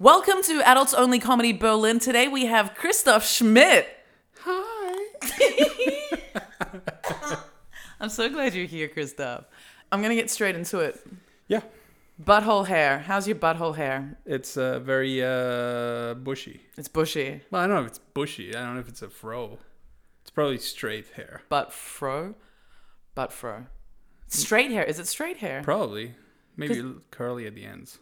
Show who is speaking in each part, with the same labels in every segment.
Speaker 1: Welcome to Adults Only Comedy Berlin. Today we have Christoph Schmidt. Hi. I'm so glad you're here, Christoph. I'm going to get straight into it.
Speaker 2: Yeah,
Speaker 1: Butthole hair. How's your butthole hair?
Speaker 2: it's uh, very uh, bushy.
Speaker 1: It's bushy.
Speaker 2: Well, I don't know if it's bushy. I don't know if it's a fro. It's probably straight hair.
Speaker 1: Butt fro. Butt fro. Straight hair. Is it straight hair?
Speaker 2: Probably. Maybe a little curly at the ends.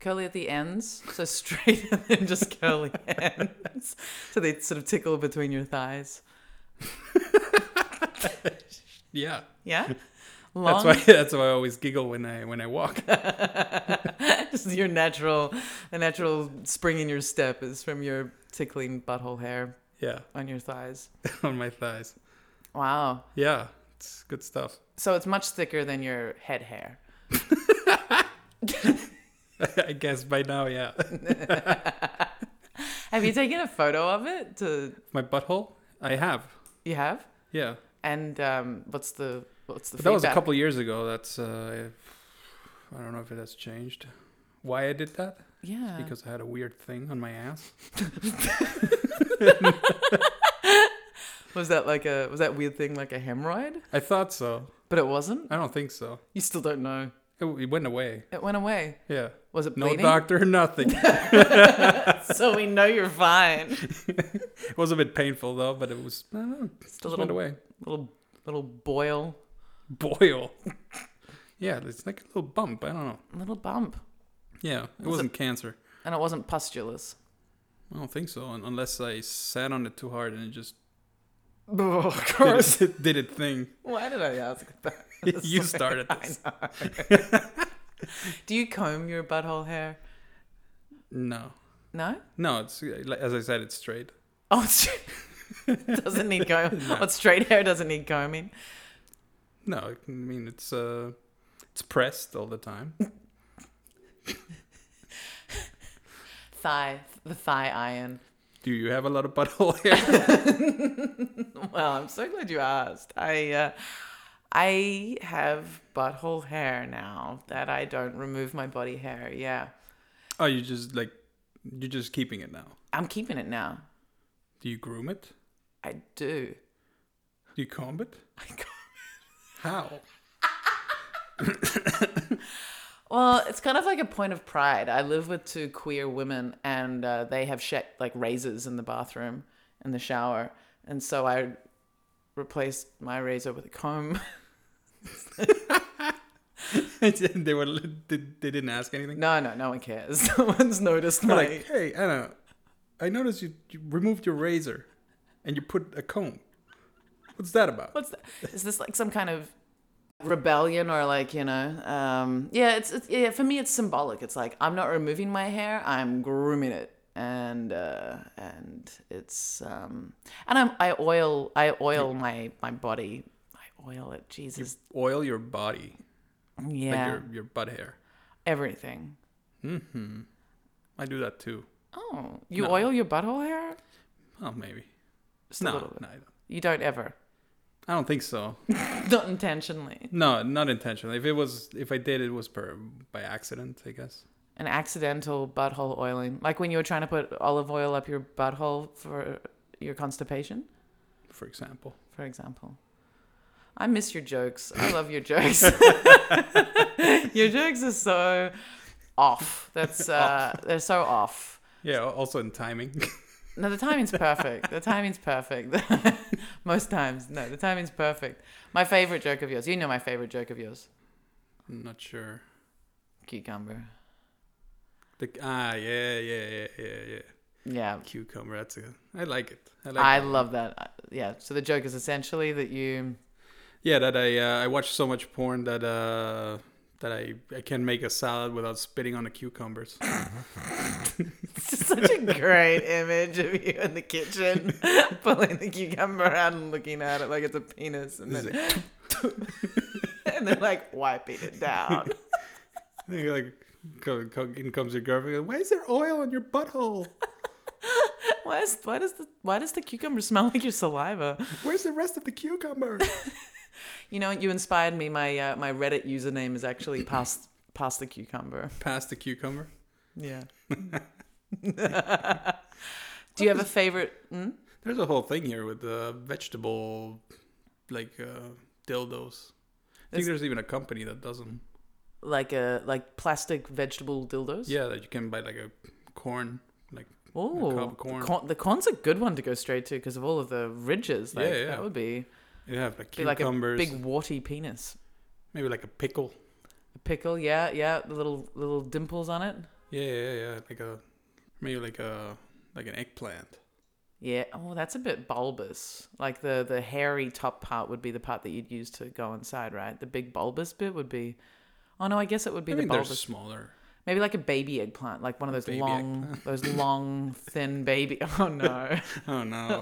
Speaker 1: curly at the ends. So straight and then just curly ends. So they sort of tickle between your thighs.
Speaker 2: Yeah.
Speaker 1: Yeah? Long
Speaker 2: That's why that's why I always giggle when I when I walk.
Speaker 1: Just your natural, the natural spring in your step is from your tickling butthole hair
Speaker 2: yeah.
Speaker 1: on your thighs.
Speaker 2: On my thighs.
Speaker 1: Wow.
Speaker 2: Yeah. It's good stuff.
Speaker 1: So it's much thicker than your head hair.
Speaker 2: I guess by now, yeah.
Speaker 1: Have you taken a photo of it? To
Speaker 2: My butthole? I have.
Speaker 1: you have?
Speaker 2: Yeah.
Speaker 1: And um, what's the what's the
Speaker 2: But that was a
Speaker 1: feedback?
Speaker 2: couple years ago. That's uh, I don't know if it has changed. Why I did that?
Speaker 1: Yeah.
Speaker 2: Because I had a weird thing on my ass.
Speaker 1: was that like a was that weird thing like a hemorrhoid?
Speaker 2: I thought so.
Speaker 1: But it wasn't.
Speaker 2: I don't think so.
Speaker 1: You still don't know.
Speaker 2: It, it went away.
Speaker 1: It went away.
Speaker 2: Yeah.
Speaker 1: Was it
Speaker 2: No
Speaker 1: bleeding?
Speaker 2: doctor, nothing.
Speaker 1: so we know you're fine.
Speaker 2: it was a bit painful though, but it was I don't know, it
Speaker 1: Just a
Speaker 2: just went
Speaker 1: little
Speaker 2: away.
Speaker 1: little little boil,
Speaker 2: Boil. yeah, it's like a little bump. I don't know.
Speaker 1: little bump,
Speaker 2: Yeah, it wasn't cancer.
Speaker 1: and it wasn't pustulous.
Speaker 2: I don't think so, un- unless I sat on it too hard and it just
Speaker 1: Oh, of
Speaker 2: did it, did it thing.
Speaker 1: Why did I ask that?
Speaker 2: you started this.
Speaker 1: Do you comb your butthole hair?
Speaker 2: No,
Speaker 1: No.
Speaker 2: no. It's uh, like- as I said, it's straight.
Speaker 1: Oh, it's doesn't need comb. What straight hair doesn't need combing.
Speaker 2: No, I mean it's uh, it's pressed all the time.
Speaker 1: Thigh, the thigh iron.
Speaker 2: Do you have a lot of butthole hair?
Speaker 1: Well, I'm so glad you asked. I, uh, I have butthole hair now that I don't remove my body hair. Yeah,
Speaker 2: oh, you just like you're just keeping it now.
Speaker 1: I'm keeping it now.
Speaker 2: Do you groom it?
Speaker 1: I do.
Speaker 2: Do you comb it?
Speaker 1: I comb
Speaker 2: How?
Speaker 1: Well, it's kind of like a point of pride. I live with two queer women, and uh, they have sh- like razors in the bathroom and the shower, and so I replaced my razor with a comb.
Speaker 2: they were they, they didn't ask anything.
Speaker 1: no, no, no one cares. No one's noticed
Speaker 2: They're
Speaker 1: my.
Speaker 2: like, hey, Anna, I noticed you, you removed your razor, and you put a comb. What's that about?
Speaker 1: What's that? Is this like some kind of rebellion or like you know? Um, yeah, it's, it's yeah. For me, it's symbolic. It's like I'm not removing my hair. I'm grooming it, and uh, and it's um, and I'm I oil I oil my my body. I oil it. Jesus,
Speaker 2: Oil your body,
Speaker 1: yeah,
Speaker 2: like your your butt hair.
Speaker 1: everything.
Speaker 2: I do that too.
Speaker 1: Oh, you oil your butthole hair?
Speaker 2: Well, maybe.
Speaker 1: Just a
Speaker 2: No,
Speaker 1: little bit.
Speaker 2: no, I don't.
Speaker 1: You don't ever,
Speaker 2: I don't think so.
Speaker 1: not intentionally.
Speaker 2: No, not intentionally. If it was, if I did, it was per by accident, I guess.
Speaker 1: An accidental butthole oiling, like when you were trying to put olive oil up your butthole for your constipation.
Speaker 2: For example,
Speaker 1: for example. I miss your jokes. I love your jokes. your jokes are so off. That's uh, they're so off.
Speaker 2: yeah. al- Also in timing.
Speaker 1: No, the timing's perfect. The timing's perfect. Most times, no, the timing's perfect. My favorite joke of yours. You know my favorite joke of yours.
Speaker 2: I'm not sure.
Speaker 1: Cucumber.
Speaker 2: The, ah, yeah, yeah, yeah, yeah, yeah.
Speaker 1: Yeah.
Speaker 2: Cucumber. That's a, I like it. I like
Speaker 1: I love that. Uh, Yeah. So the joke is essentially that you.
Speaker 2: Yeah, that I uh, I watch so much porn that uh that I I can make a salad without spitting on the cucumbers.
Speaker 1: It's just such a great image of you in the kitchen pulling the cucumber out and looking at it like it's a penis, and
Speaker 2: It's
Speaker 1: then
Speaker 2: like,
Speaker 1: and they're like wiping it down.
Speaker 2: you're like co- co- in comes your girlfriend. Why is there oil on your butthole?
Speaker 1: Why, is, why does the why does the cucumber smell like your saliva?
Speaker 2: Where's the rest of the cucumber?
Speaker 1: You know, you inspired me. My uh, my Reddit username is actually past past the cucumber.
Speaker 2: Past the cucumber.
Speaker 1: Yeah. Do you have a favorite? Mm?
Speaker 2: There's a whole thing here with the vegetable, like uh, dildos. I think
Speaker 1: It's-
Speaker 2: there's even a company that does them.
Speaker 1: Like a like plastic vegetable dildos.
Speaker 2: Yeah, that you can buy like a corn. Like
Speaker 1: Oh,
Speaker 2: cob corn.
Speaker 1: The, con- the corn's a good one to go straight to because of all of the ridges. Like,
Speaker 2: Yeah, yeah.
Speaker 1: That would be,
Speaker 2: you have like
Speaker 1: be like a
Speaker 2: cucumbers,
Speaker 1: big warty penis.
Speaker 2: maybe like a pickle.
Speaker 1: A pickle, yeah, yeah. The little little dimples on it.
Speaker 2: Yeah, yeah, yeah. Like a maybe like a like an eggplant.
Speaker 1: Yeah. Oh, that's a bit bulbous. Like the the hairy top part would be the part that you'd use to go inside, right? The big bulbous bit would be. Oh no, I guess it would be
Speaker 2: I
Speaker 1: the
Speaker 2: mean, they're
Speaker 1: bulbous.
Speaker 2: smaller.
Speaker 1: Maybe like a baby eggplant, like one of those
Speaker 2: baby
Speaker 1: long, those long thin baby. Oh no.
Speaker 2: Oh no.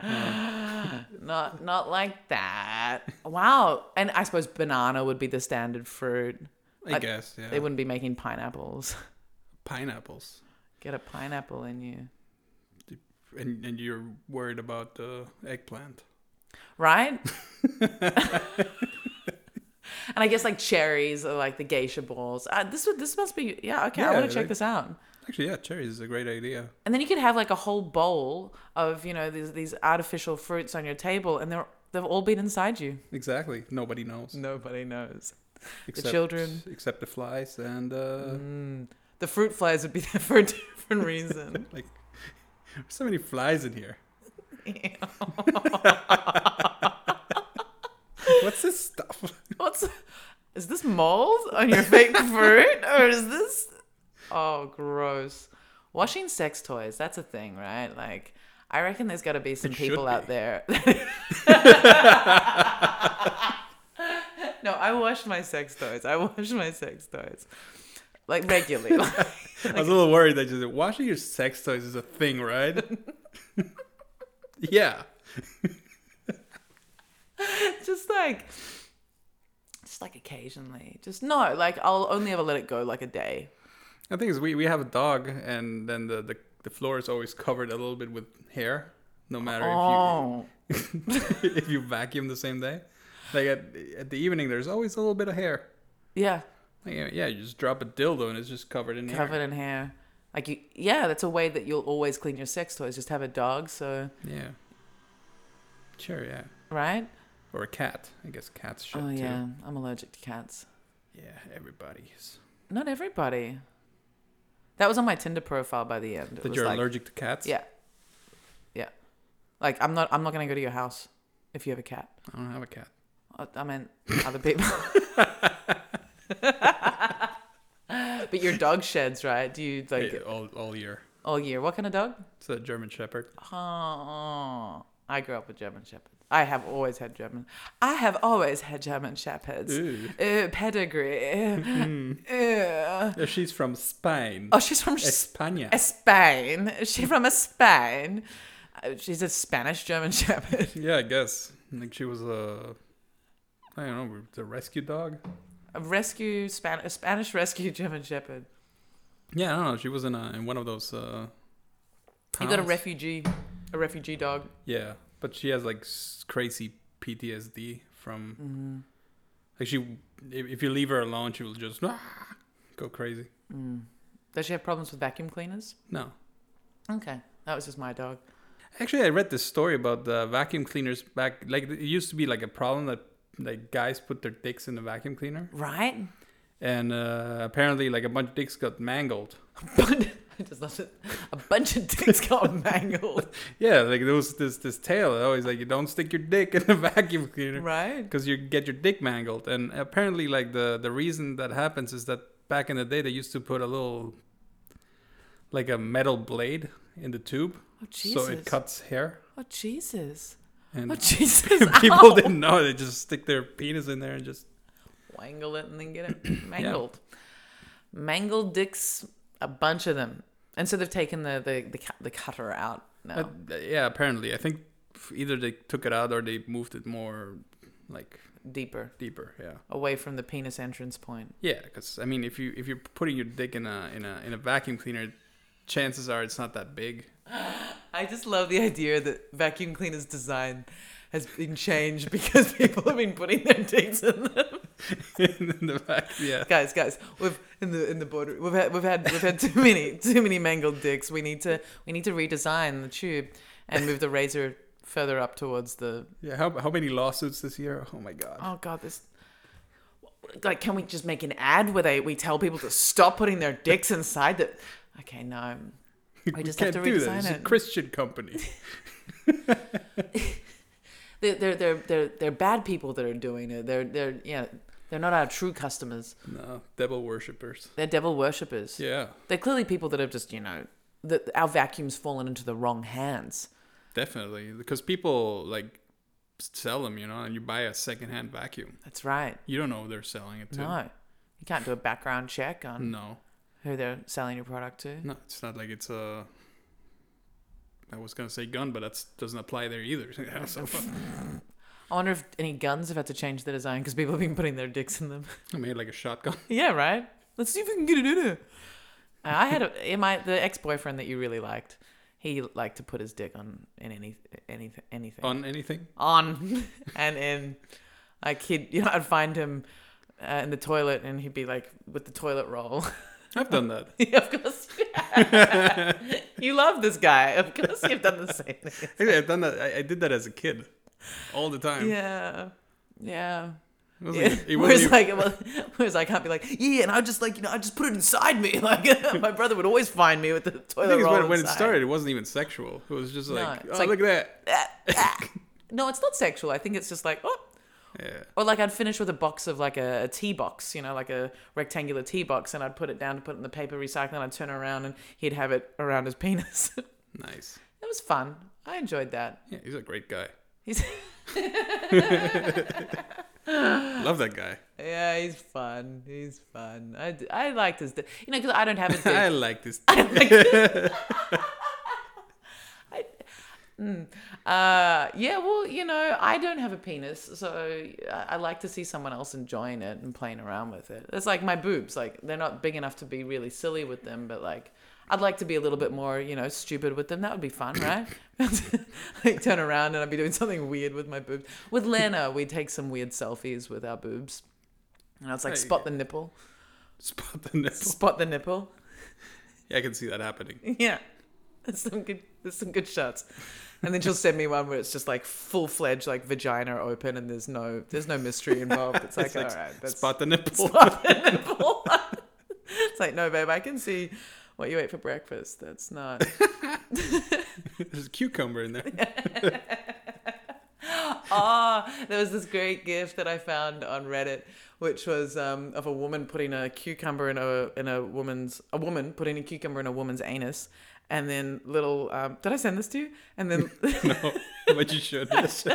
Speaker 1: Oh no. not not like that. Wow. And I suppose banana would be the standard fruit.
Speaker 2: I
Speaker 1: Like,
Speaker 2: guess yeah.
Speaker 1: They wouldn't be making pineapples.
Speaker 2: Pineapples,
Speaker 1: Get a pineapple in you.
Speaker 2: and and you're worried about the eggplant.
Speaker 1: Right? and I guess like cherries or like the geisha balls. Uh, this would this must be yeah, okay, I
Speaker 2: Yeah,
Speaker 1: want to check
Speaker 2: like-
Speaker 1: this out.
Speaker 2: Actually, yeah, cherries is a great idea.
Speaker 1: And then you could have like a whole bowl of, you know, these these artificial fruits on your table and they're they've all been inside you.
Speaker 2: Exactly. Nobody knows
Speaker 1: Nobody knows.
Speaker 2: except
Speaker 1: Mm. children. Mm.
Speaker 2: except the flies and uh,
Speaker 1: The fruit flies would be there for a different reason.
Speaker 2: like. There's so many flies in here. What's this stuff?
Speaker 1: What's is this mold on your fake fruit or is this? Oh, gross! Washing sex toys—that's a thing, right? Like, I reckon there's got to be some
Speaker 2: It should
Speaker 1: people out
Speaker 2: be.
Speaker 1: there. no, I wash my sex toys. I wash my sex toys like regularly.
Speaker 2: I was a little worried that you said washing your sex toys is a thing, right? yeah.
Speaker 1: just like just like occasionally just no like i'll only ever let it go like a day
Speaker 2: The thing is, we, we have a dog, and then the, the, the floor is always covered a little bit with hair, no matter
Speaker 1: oh
Speaker 2: if, you, if you vacuum the same day. Like at, at the evening, there's always a little bit of hair.
Speaker 1: yeah
Speaker 2: Like, yeah, yeah, you just drop a dildo and it's just covered in
Speaker 1: covered in hair like you yeah that's a way that you'll always clean your sex toys just have a dog so
Speaker 2: hair. Yeah. Sure, yeah.
Speaker 1: right
Speaker 2: Or a cat. I guess cats shit
Speaker 1: oh
Speaker 2: too.
Speaker 1: yeah i'm allergic to cats
Speaker 2: Yeah, everybody's.
Speaker 1: not everybody that was on my tinder profile by the end It
Speaker 2: That
Speaker 1: was
Speaker 2: you're
Speaker 1: like-
Speaker 2: allergic to cats?
Speaker 1: yeah yeah like i'm not i'm not gonna go to your house if you have a cat
Speaker 2: I don't have a cat.
Speaker 1: I- I meant other people. but your dog sheds, right? Do you like
Speaker 2: Yeah, all, all year.
Speaker 1: all year? What kind of dog?
Speaker 2: It's a German Shepherd.
Speaker 1: Oh, I grew up with German shepherds. I have always had German. I have always had German shepherds.
Speaker 2: Ooh. Hmm.
Speaker 1: Uh, pedigree. Uh, uh.
Speaker 2: Yeah, she's from Spain.
Speaker 1: Oh, she's from S-
Speaker 2: España.
Speaker 1: Spain. She's from Spain. Uh, She's a Spanish German shepherd.
Speaker 2: yeah, I guess. Like she was a, I don't know, the rescue dog.
Speaker 1: A rescue Span- a Spanish rescue German shepherd.
Speaker 2: Yeah, I don't know. She was in a, in one of those. Uh,
Speaker 1: You got a
Speaker 2: towns.
Speaker 1: refugee, a refugee dog.
Speaker 2: Yeah, but she has like s- crazy PTSD from.
Speaker 1: Mm-hmm.
Speaker 2: Like she, if, if you leave her alone, she will just "Ah," go crazy.
Speaker 1: Mm. Does she have problems with vacuum cleaners?
Speaker 2: No,
Speaker 1: Okay. That was just my dog.
Speaker 2: actually, I read this story about the vacuum cleaners back. Like it used to be like a problem that like guys put their dicks in the vacuum cleaner,
Speaker 1: Right?
Speaker 2: and uh, apparently like a bunch of dicks got mangled.
Speaker 1: But I just love it. A bunch of dicks got mangled.
Speaker 2: Yeah, like there was this this tale always like you don't stick your dick in the vacuum cleaner
Speaker 1: Right?
Speaker 2: because you get your dick mangled. And apparently, like the the reason that happens is that back in the day they used to put a little like a metal blade in the tube,
Speaker 1: Oh, Jesus.
Speaker 2: so it cuts hair.
Speaker 1: Oh, Jesus.
Speaker 2: And
Speaker 1: Oh, Jesus.
Speaker 2: people
Speaker 1: Ow.
Speaker 2: didn't know they just stick their penis in there and just
Speaker 1: Wangle it and then get it mangled. Mangled dicks, a bunch of them. And so they've taken the, the, the, cut- the cutter out now.
Speaker 2: Uh, yeah. Apparently, I think f- either they took it out or they moved it more like
Speaker 1: deeper.
Speaker 2: deeper. Yeah.
Speaker 1: Away from the penis entrance point.
Speaker 2: Yeah, because I mean, if you if you're putting your dick in a in a in a vacuum cleaner, chances are it's not that big.
Speaker 1: I just love the idea that vacuum cleaners design has been changed because people have been putting their dicks in them.
Speaker 2: in the back. Yeah.
Speaker 1: guys, guys, we've in the in the border. We've had we've had we've had too many too many mangled dicks. We need to we need to redesign the tube and move the razor further up towards the.
Speaker 2: Yeah. How how many lawsuits this year? Oh my god.
Speaker 1: Oh God, this. Like, can we just make an ad where they we tell people to stop putting their dicks inside the? Okay, no. We just have to redesign
Speaker 2: It's a
Speaker 1: it.
Speaker 2: Christian company.
Speaker 1: They're, they're they're they're they're bad people that are doing it. They're they're yeah. They're not our true customers.
Speaker 2: no, devil worshippers.
Speaker 1: They're devil worshippers.
Speaker 2: Yeah,
Speaker 1: They're clearly people that have just, you know, that our vacuum's fallen into the wrong hands.
Speaker 2: definitely. Because people like sell them, you know, and you buy a secondhand vacuum.
Speaker 1: That's right.
Speaker 2: You don't know who they're selling it to.
Speaker 1: No. You can't do a background check on
Speaker 2: No,
Speaker 1: who they're selling your product to.
Speaker 2: no. It's not like it's a. I was gonna say gun, but that doesn't apply there either. Yeah, so,
Speaker 1: I wonder if any guns have had to change the design because people have been putting their dicks in them.
Speaker 2: I made like a shotgun.
Speaker 1: yeah, right? Let's see if we can get it in there. Uh, I had a, in my the ex boyfriend that you really liked. He liked to put his dick on in any anything anything
Speaker 2: on anything.
Speaker 1: on and in like he'd you know I'd find him uh, in the toilet and he'd be like with the toilet roll.
Speaker 2: I've done that.
Speaker 1: yeah, of course. you love this guy. Of course, you've done the same. thing.
Speaker 2: Actually, I've done that. I, I did that as a kid, all the time.
Speaker 1: Yeah. Yeah.
Speaker 2: It was
Speaker 1: yeah.
Speaker 2: like, it wasn't
Speaker 1: whereas, like,
Speaker 2: even-
Speaker 1: well, whereas I can't be like, yeah, and I just like, you know, I just put it inside me. Like, my brother would always find me with the
Speaker 2: I
Speaker 1: toilet
Speaker 2: think it's
Speaker 1: roll.
Speaker 2: when, when it
Speaker 1: inside.
Speaker 2: started, it wasn't even sexual. It was just
Speaker 1: No,
Speaker 2: like,
Speaker 1: it's
Speaker 2: oh,
Speaker 1: like-
Speaker 2: look at that.
Speaker 1: No, it's not sexual. I think it's just like, oh,
Speaker 2: Yeah.
Speaker 1: Or like I'd finish with a box of like a, a tea box, you know, like a rectangular tea box, and I'd put it down to put it in the paper recycling. I'd turn around and he'd have it around his penis. it
Speaker 2: Nice.
Speaker 1: was fun. I enjoyed that.
Speaker 2: Yeah, he's a great guy.
Speaker 1: He's
Speaker 2: Love that guy.
Speaker 1: yeah, he's fun. He's fun. I, d- I liked his, di- you know, because I don't have a
Speaker 2: I
Speaker 1: dick.
Speaker 2: like this.
Speaker 1: mm, uh, yeah, well, you know, I don't have a penis, so I, I like to see someone else enjoying it and playing around with it. It's like my boobs. Like they're not big enough to be really silly with them, but like. I'd like to be a little bit more, you know, stupid with them. That would be fun, right? like turn around and I'd be doing something weird with my boobs. With Lana, we take some weird selfies with our boobs. And I was like,
Speaker 2: There you
Speaker 1: spot
Speaker 2: go.
Speaker 1: the nipple.
Speaker 2: Spot the nipple.
Speaker 1: Spot the nipple.
Speaker 2: Yeah, I can see that happening.
Speaker 1: Yeah. There's some good there's some good shots. And then she'll send me one where it's just like full fledged like vagina open and there's no there's no mystery involved. It's like,
Speaker 2: It's like
Speaker 1: all right, that's
Speaker 2: Spot the nipple.
Speaker 1: spot the nipple. it's like, no babe, I can see what you ate for breakfast. That's not
Speaker 2: There's a cucumber in there.
Speaker 1: Ah, there was this great gif that I found on Reddit, which was um, of a woman putting a cucumber in a in a woman's a woman putting a cucumber in a woman's anus, and then little um, did I send this to you? And then
Speaker 2: No, but you should. It's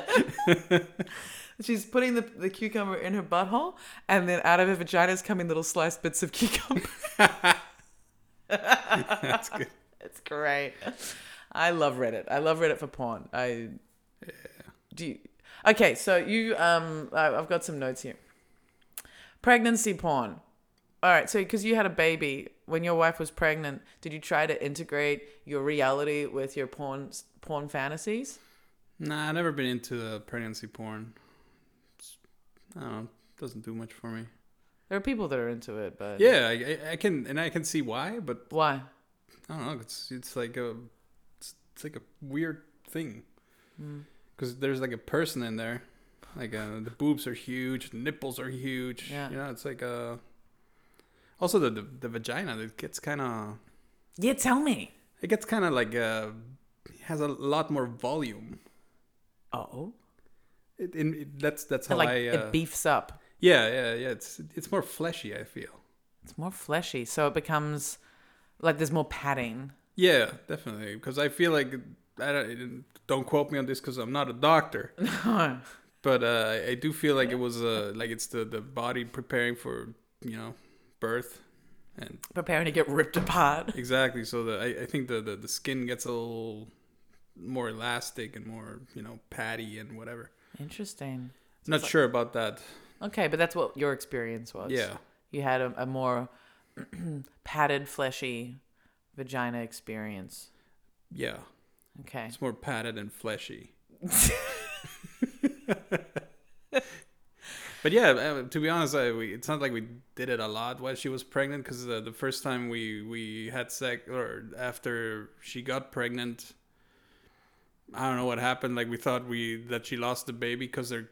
Speaker 1: she's putting the, the cucumber in her butthole, and then out of her vagina is coming little sliced bits of cucumber.
Speaker 2: That's good.
Speaker 1: it's great. I love Reddit. I love Reddit for porn. I do. You, okay, so you um, I- I've got some notes here. Pregnancy porn. All right, so because you had a baby when your wife was pregnant, did you try to integrate your reality with your porn porn fantasies?
Speaker 2: Nah, I've never been into the pregnancy porn. It's- I don't know. Doesn't do much for me.
Speaker 1: There are people that are into it, but
Speaker 2: Yeah, I, I- I can, and I can see why, but
Speaker 1: why?
Speaker 2: I don't know. It's it's like a it's, it's like a weird thing
Speaker 1: Hmm.
Speaker 2: because there's like a person in there. Like uh, the boobs are huge, nipples are huge.
Speaker 1: Yeah.
Speaker 2: You know, it's like uh Also, the the, the vagina it gets kind of
Speaker 1: Yeah, tell me.
Speaker 2: it gets kind of like uh has a lot more volume.
Speaker 1: Oh,
Speaker 2: It, in it, that's that's how
Speaker 1: like
Speaker 2: I uh,
Speaker 1: it beefs up.
Speaker 2: yeah yeah yeah. It's it's more fleshy. I feel.
Speaker 1: It's more fleshy, so it becomes like there's more padding.
Speaker 2: Yeah, definitely. Because I feel like I don't don't quote me on this because I'm not a doctor.
Speaker 1: No.
Speaker 2: but uh, I do feel like it was uh, like it's the, the body preparing for you know birth, and
Speaker 1: preparing to get ripped apart.
Speaker 2: exactly. So the I, I think the, the the skin gets a little more elastic and more you know patty and whatever.
Speaker 1: Interesting.
Speaker 2: Not sure about that.
Speaker 1: Okay, but that's what your experience was.
Speaker 2: Yeah,
Speaker 1: You had a, a more padded, fleshy vagina experience.
Speaker 2: yeah.
Speaker 1: Okay.
Speaker 2: It's more padded and fleshy. But yeah, uh, to be honest, I, we, it's not like we did it a lot while she was pregnant because uh, the first time we we had sex or after she got pregnant, I don't know what happened. Like we thought we that she lost the baby because there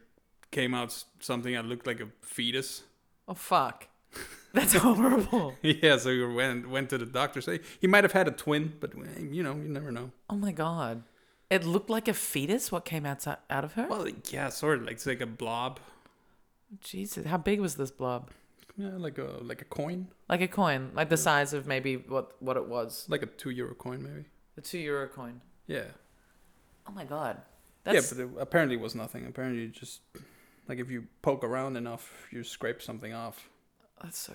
Speaker 2: came out s- something that looked like a fetus.
Speaker 1: Oh fuck, that's horrible.
Speaker 2: yeah, so we went went to the doctor. Say he might have had a twin, but eh, you know you never know.
Speaker 1: Oh my god, it looked like a fetus. What came out out of her?
Speaker 2: Well, yeah, sort of like it's like a blob,
Speaker 1: Jesus, how big was this blob?
Speaker 2: yeah, like a like a coin,
Speaker 1: Like a coin, like the size of maybe what what it was,
Speaker 2: like a two euro coin maybe.
Speaker 1: a two euro coin.
Speaker 2: Yeah.
Speaker 1: Oh my god, that's
Speaker 2: Yeah, but it apparently was nothing. Apparently, it just like if you poke around enough, you scrape something off.
Speaker 1: that's so.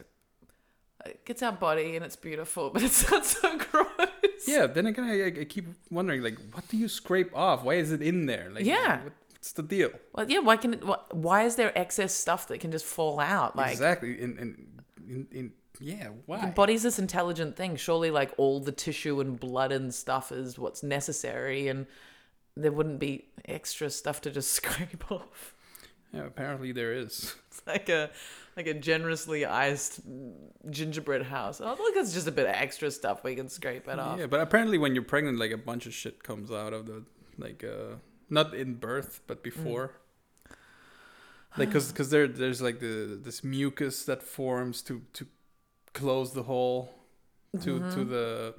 Speaker 1: It gets our body and it's beautiful, but it's not so gross.
Speaker 2: Yeah. Then again, I, I keep wondering, like, what do you scrape off? Why is it in there? Like,
Speaker 1: Yeah.
Speaker 2: what- what's the deal?
Speaker 1: Well, yeah. Why can it? Why, why is there excess stuff that can just fall out? Like
Speaker 2: exactly. In, in in in yeah.
Speaker 1: the
Speaker 2: Why?
Speaker 1: body's this intelligent thing. Surely, like all the tissue and blood and stuff is what's necessary, and there wouldn't be extra stuff to just scrape off.
Speaker 2: yeah. Apparently, there is.
Speaker 1: It's like a like a generously iced mm, gingerbread house. Oh, look, it's just a bit of extra stuff we can scrape it off.
Speaker 2: Yeah. But apparently, when you're pregnant, like a bunch of shit comes out of the like uh not in birth but before. Like, cause, 'cause there, there's like the this mucus that forms to to close the hole to to the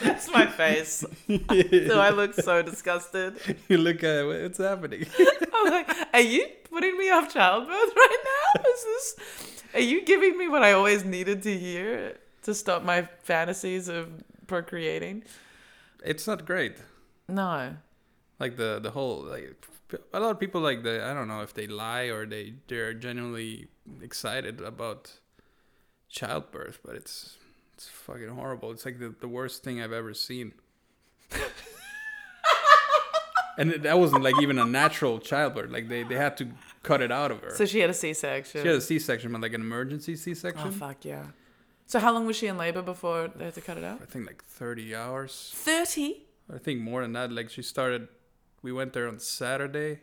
Speaker 1: That's my face. Do I look so disgusted?
Speaker 2: you look at it, what's happening.
Speaker 1: I'm like, are you putting me off childbirth right now? Is this? Are you giving me what I always needed to hear to stop my fantasies of procreating?
Speaker 2: It's not great.
Speaker 1: No.
Speaker 2: Like the the whole like a lot of people like the I don't know if they lie or they they're genuinely excited about childbirth, but it's it's fucking horrible. It's like the, the worst thing I've ever seen. and that wasn't like even a natural childbirth. Like they they had to cut it out of her.
Speaker 1: So she had a C-section.
Speaker 2: she had a C-section, but like an emergency
Speaker 1: oh
Speaker 2: C-section.
Speaker 1: fuck yeah. So how long was she in labor before they had to cut it out?
Speaker 2: I think like 30 hours.
Speaker 1: Thirty.
Speaker 2: I think more than that. Like she started, we went there on Saturday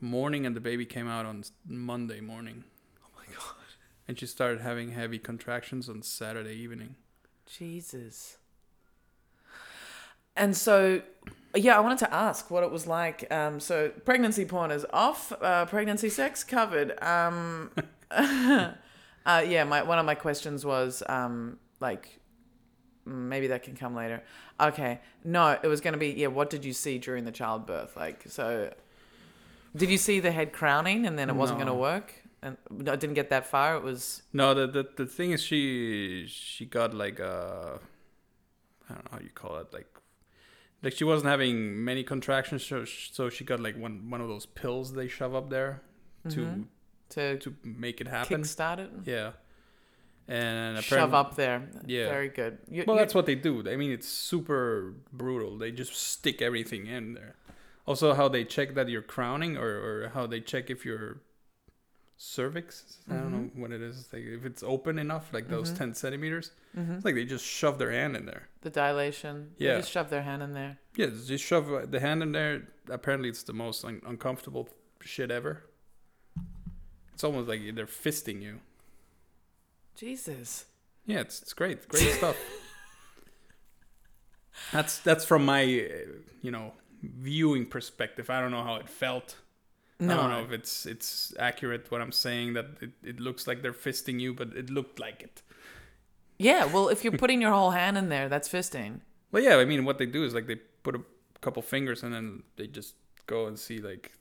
Speaker 2: morning, and the baby came out on s- Monday morning.
Speaker 1: Oh my god.
Speaker 2: And she started having heavy contractions on Saturday evening.
Speaker 1: Jesus. And so, yeah, I wanted to ask what it was like. Um, so, pregnancy porn is off, uh, pregnancy sex covered. Um, uh, yeah, my, one of my questions was um, like, mm, maybe that can come later. Okay. No, it was going to be, yeah, what did you see during the childbirth? Like, so, did you see the head crowning and then it wasn't going
Speaker 2: No.
Speaker 1: to work? And no, it didn't get that far. It was,
Speaker 2: No, the the, the thing is, she she got like uh I I don't know how you call it, like like she wasn't having many contractions, so so she got like one one of those pills they shove up there to
Speaker 1: mm-hmm. to
Speaker 2: to make it happen.
Speaker 1: kickstart it.
Speaker 2: Yeah, and
Speaker 1: shove
Speaker 2: apparently,
Speaker 1: up there.
Speaker 2: Yeah.
Speaker 1: Very good. You,
Speaker 2: Well,
Speaker 1: you-
Speaker 2: that's what they do. I mean, it's super brutal. They just stick everything in there. Also, how they check that you're crowning, or, or how they check if your cervix, I don't know what it is, like if it's open enough, like those 10 centimeters. It's like they just shove their hand in there.
Speaker 1: mm-hmm. the dilation. They
Speaker 2: Yeah.
Speaker 1: just shove their hand in there.
Speaker 2: Yeah, just shove uh, the hand in there. Apparently, it's the most un- uncomfortable shit ever. It's almost like they're fisting you.
Speaker 1: Jesus.
Speaker 2: Yeah, it's, it's great. Great stuff. That's that's from my, uh, you know, viewing perspective. I don't know how it felt. I
Speaker 1: No.
Speaker 2: don't know if it's it's accurate what I'm saying that it, it looks like they're fisting you, but it looked like it.
Speaker 1: Yeah. Well, if you're putting your whole hand in there, that's fisting.
Speaker 2: Well, yeah, I mean, what they do is like they put a couple fingers and then they just go and see like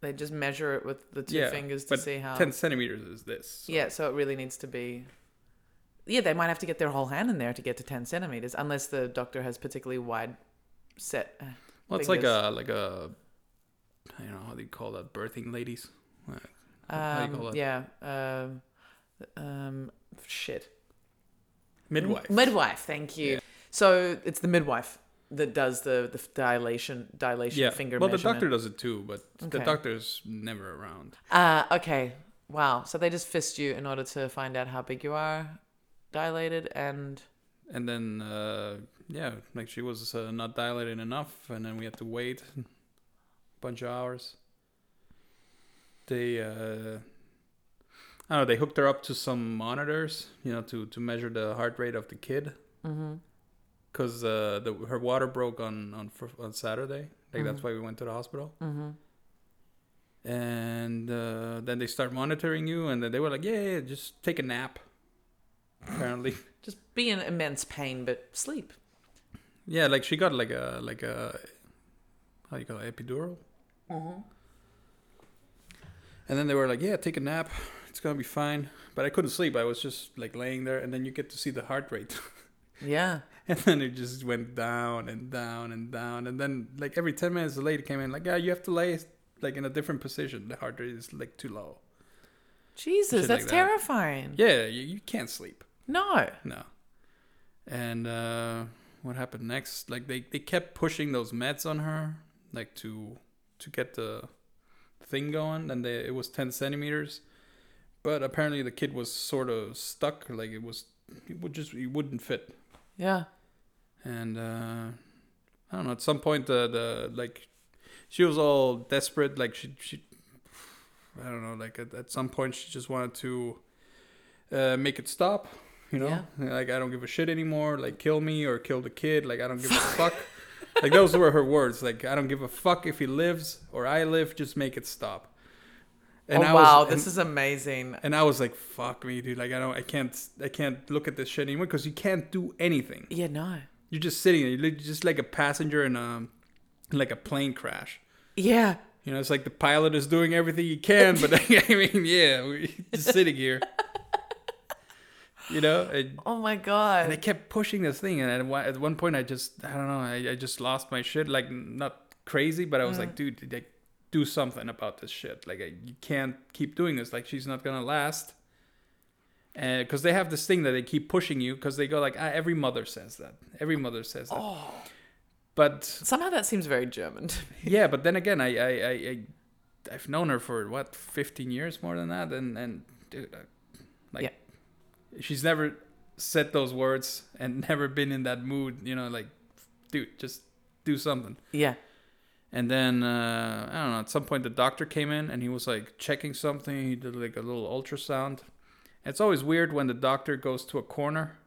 Speaker 1: They just measure it with the two
Speaker 2: yeah,
Speaker 1: fingers to
Speaker 2: but
Speaker 1: see how.
Speaker 2: ten centimeters is this. so-
Speaker 1: Oh. Yeah. So it really needs to be. Yeah, they might have to get their whole hand in there to get to ten centimeters, unless the doctor has particularly wide set. uh,
Speaker 2: well, it's like
Speaker 1: fingers.
Speaker 2: a like a, I don't know how do you call that birthing ladies. Uh, how do you call
Speaker 1: Um,
Speaker 2: that?
Speaker 1: yeah. Um, um, shit.
Speaker 2: Midwife.
Speaker 1: Mm, Midwife, thank you.
Speaker 2: Yeah.
Speaker 1: So it's the midwife that does the, the dilation dilation finger
Speaker 2: well
Speaker 1: measurement.
Speaker 2: the doctor does it too but the
Speaker 1: Okay.
Speaker 2: doctor's never around
Speaker 1: Uh, okay. Wow. So they just fist you in order to find out how big you are, dilated, and
Speaker 2: and then uh yeah like she was uh, not dilated enough and then we had to wait a bunch of hours they uh I don't know, they hooked her up to some monitors, you know, to to measure the heart rate of the kid. Because mm-hmm. uh, the, her water broke on on fr- on Saturday, like that's why we went to the hospital. And uh, then they start monitoring you, and then they were like, "Yeah, yeah, yeah, just take a nap." Apparently,
Speaker 1: Just be in immense pain, but sleep.
Speaker 2: yeah, like she got like a like a how you call it epidural. And then they were like, "Yeah, take a nap. It's gonna be fine." But I couldn't sleep. I was just like laying there, and then you get to see the heart rate.
Speaker 1: Yeah.
Speaker 2: And then it just went down and down and down. And then like every 10 minutes, the lady came in like, yeah, you have to lay like in a different position. The heart rate is like too low.
Speaker 1: Jesus,
Speaker 2: Shit
Speaker 1: that's
Speaker 2: like that.
Speaker 1: terrifying.
Speaker 2: Yeah, you, you can't sleep.
Speaker 1: No.
Speaker 2: No. And uh, what happened next? Like they, they kept pushing those meds on her like to to get the thing going. And they, it was 10 centimeters. But apparently the kid was sort of stuck. Like it was, it would just, it wouldn't fit.
Speaker 1: Yeah.
Speaker 2: and uh, I don't know. At some point, the the like, she was all desperate. Like she she, I don't know. Like at, at some point, she just wanted to uh, make it stop. You know, like I don't give a shit anymore. Like kill me or kill the kid. Like I don't give a fuck. Like those were her words. Like I don't give a fuck if he lives or I live. Just make it stop.
Speaker 1: oh
Speaker 2: I was-
Speaker 1: wow,
Speaker 2: and-
Speaker 1: this is amazing.
Speaker 2: and I was like, "Fuck me, dude! Like I don't, I can't, I can't look at this shit anymore because you can't do anything.
Speaker 1: Yeah, no.
Speaker 2: You're just sitting there. You're lit- just like a passenger in a like a plane crash.
Speaker 1: Yeah.
Speaker 2: You know, it's like the pilot is doing everything he can, but I mean, yeah, we're just sitting here. You know, and,
Speaker 1: Oh my
Speaker 2: and I
Speaker 1: god.
Speaker 2: kept pushing this thing, and at one, at one point, I just, I don't know, I, I just lost my shit. Like not crazy, but I was like, dude, like do something about this shit. Like I, you can't keep doing this. Like she's not gonna last. And because they have this thing that they keep pushing you, because they go like, ah, every mother says that. Every mother says
Speaker 1: Oh.
Speaker 2: that. But
Speaker 1: Somehow that seems very German. to me.
Speaker 2: yeah, but then again, I, I, I, I I've known her for what fifteen years, more than that, and and dude, I, like, she's never said those words and never been in that mood, you know, like, dude, just do something.
Speaker 1: yeah.
Speaker 2: And then uh, I don't know. At some point, the doctor came in and he was like checking something. He did like a little ultrasound. And it's always weird when the doctor goes to a corner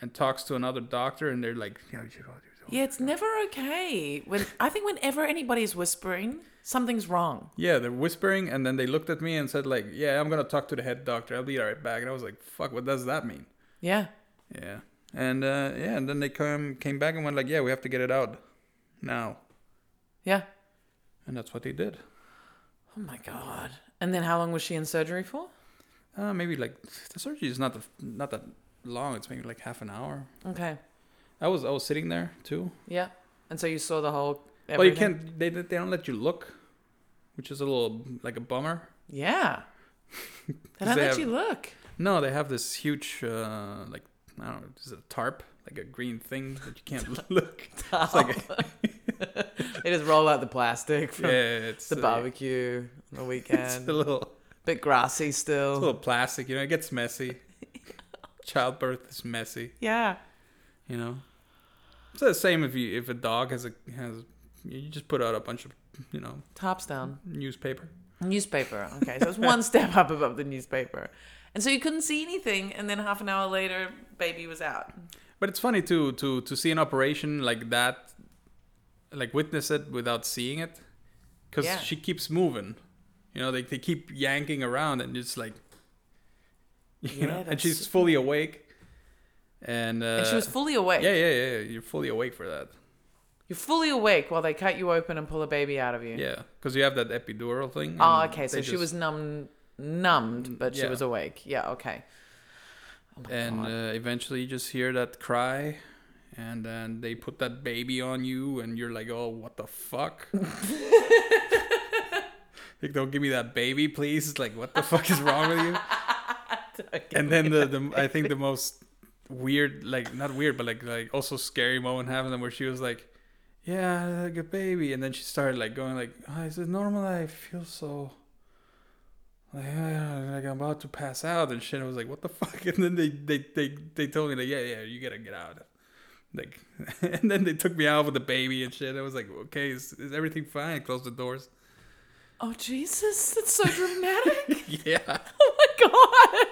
Speaker 2: and talks to another doctor, and they're like, "Yeah, you-
Speaker 1: Yeah, it's never okay. When I think whenever anybody's whispering, something's wrong.
Speaker 2: Yeah, they're whispering, and then they looked at me and said, like, yeah, I'm gonna talk to the head doctor. I'll be right back. And I was like, fuck, what does that mean?
Speaker 1: Yeah.
Speaker 2: Yeah. And uh, yeah, and then they come came back and went like, yeah, we have to get it out now.
Speaker 1: Yeah.
Speaker 2: And that's what they did.
Speaker 1: Oh my god. And then how long was she in surgery for?
Speaker 2: Uh, maybe like the surgery is not the, not that long. It's maybe like half an hour.
Speaker 1: Okay.
Speaker 2: I was I was sitting there too.
Speaker 1: Yeah. And so you saw the whole everything?
Speaker 2: Well, you can't. They they don't let you look, which is a little like a bummer.
Speaker 1: Yeah. They
Speaker 2: Does
Speaker 1: don't
Speaker 2: they
Speaker 1: let
Speaker 2: have-
Speaker 1: you look.
Speaker 2: No, they have this huge uh, like I don't know, is it a tarp? Like a green thing that you can't look. It's like a-
Speaker 1: they just roll out the plastic from
Speaker 2: yeah, it's
Speaker 1: the
Speaker 2: uh,
Speaker 1: barbecue on the
Speaker 2: It's
Speaker 1: weekend.
Speaker 2: a little,
Speaker 1: bit grassy
Speaker 2: it's a
Speaker 1: still.
Speaker 2: little plastic. You know, it gets messy. Childbirth is messy.
Speaker 1: Yeah.
Speaker 2: You know, it's the same if you if a dog has a has you just put out a bunch of you know
Speaker 1: Tops down.
Speaker 2: newspaper.
Speaker 1: Newspaper. Okay, so it's one step up above the newspaper. And so you couldn't see anything, and then half an hour later, baby was out.
Speaker 2: But it's funny to to to see an operation like that, like witness it without seeing it, because
Speaker 1: Yeah.
Speaker 2: she keeps moving. You know, they they keep yanking around and it's like, you
Speaker 1: Yeah,
Speaker 2: know, and
Speaker 1: that's-
Speaker 2: she's fully awake. And, uh,
Speaker 1: And she was fully awake.
Speaker 2: yeah, yeah, yeah, yeah. You're fully awake for that.
Speaker 1: You're fully awake while they cut you open and pull a baby out of you.
Speaker 2: Yeah, because you have that epidural thing.
Speaker 1: Oh,
Speaker 2: and
Speaker 1: okay. So
Speaker 2: they
Speaker 1: she
Speaker 2: just- Mm,
Speaker 1: was numb, numbed, but she
Speaker 2: yeah.
Speaker 1: was awake. Yeah. Okay. Oh
Speaker 2: And uh, eventually, you just hear that cry, and then they put that baby on you, and you're like, "Oh, what the fuck." Like, don't give me that baby, please. It's like, what the fuck is wrong with you? And then the, the I think the most weird, like not weird, but like like also scary moment happened where she was like, "Yeah, like a baby," and then she started like going like, oh, "Is it normal? I feel so." Like, "Ah, like I'm about to pass out and shit. I was like, "What the fuck?" And then they they they, they told me like, "Yeah, yeah, you gotta get out." Like, and then they took me out with the baby and shit. I was like, "Okay, is, is everything fine?" Close the doors.
Speaker 1: Oh Jesus, that's so dramatic.
Speaker 2: yeah.
Speaker 1: oh my god.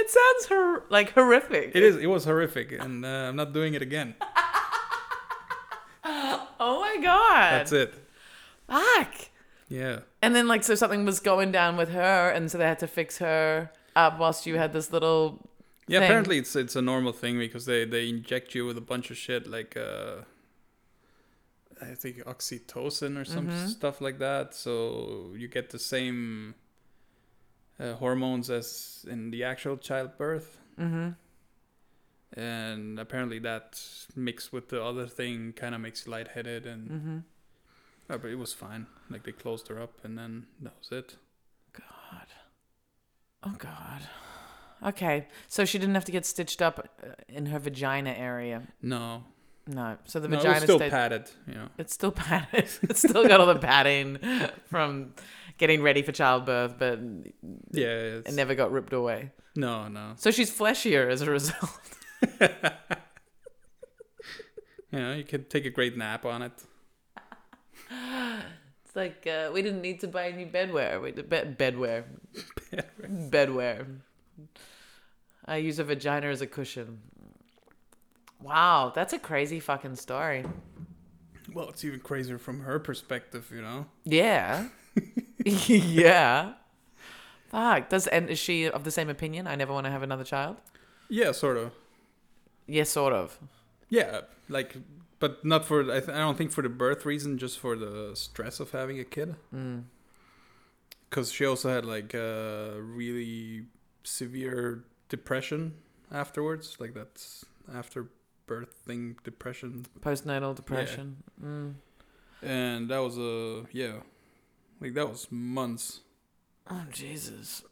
Speaker 1: It sounds hor- like horrific.
Speaker 2: It is. It was horrific, and uh, I'm not doing it again.
Speaker 1: Oh my god.
Speaker 2: That's it.
Speaker 1: Fuck.
Speaker 2: Yeah.
Speaker 1: And then like so something was going down with her and so they had to fix her up whilst you had this little
Speaker 2: Yeah.
Speaker 1: thing.
Speaker 2: Apparently, it's it's a normal thing because they they inject you with a bunch of shit like uh, I think oxytocin or some
Speaker 1: Mm-hmm.
Speaker 2: stuff like that, so you get the same uh, hormones as in the actual childbirth. Mm-hmm. And apparently, that mixed with the other thing kind of makes you lightheaded, and
Speaker 1: Mm. mm-hmm.
Speaker 2: Uh, but it was fine. Like they closed her up, and then that was it.
Speaker 1: God. Oh god. Okay. So she didn't have to get stitched up uh, in her vagina area.
Speaker 2: No,
Speaker 1: No. So the
Speaker 2: no, it
Speaker 1: vagina
Speaker 2: was still
Speaker 1: stayed
Speaker 2: padded. You know,
Speaker 1: it's still padded. It's still got all the padding from getting ready for childbirth, but it
Speaker 2: yeah. It's,
Speaker 1: never got ripped away.
Speaker 2: no, no.
Speaker 1: So she's fleshier as a result.
Speaker 2: You know, you could take a great nap on it.
Speaker 1: It's like uh, we didn't need to buy any bedware. We did bed bedware. bedware. I use a vagina as a cushion. Wow, that's a crazy fucking story.
Speaker 2: Well, it's even crazier from her perspective. You know,
Speaker 1: Yeah. yeah. Fuck. Does and is she of the same opinion? I never want to have another child.
Speaker 2: yeah, sort of.
Speaker 1: Yes, sort of.
Speaker 2: Yeah, like, but not for. I, th- I don't think for the birth reason, just for the stress of having a kid.
Speaker 1: Mm.
Speaker 2: Because she also had like uh, really severe depression afterwards. Like that's after birth thing depression
Speaker 1: Postnatal depression. Mm.
Speaker 2: and that was a uh, yeah like that was months
Speaker 1: Oh Jesus.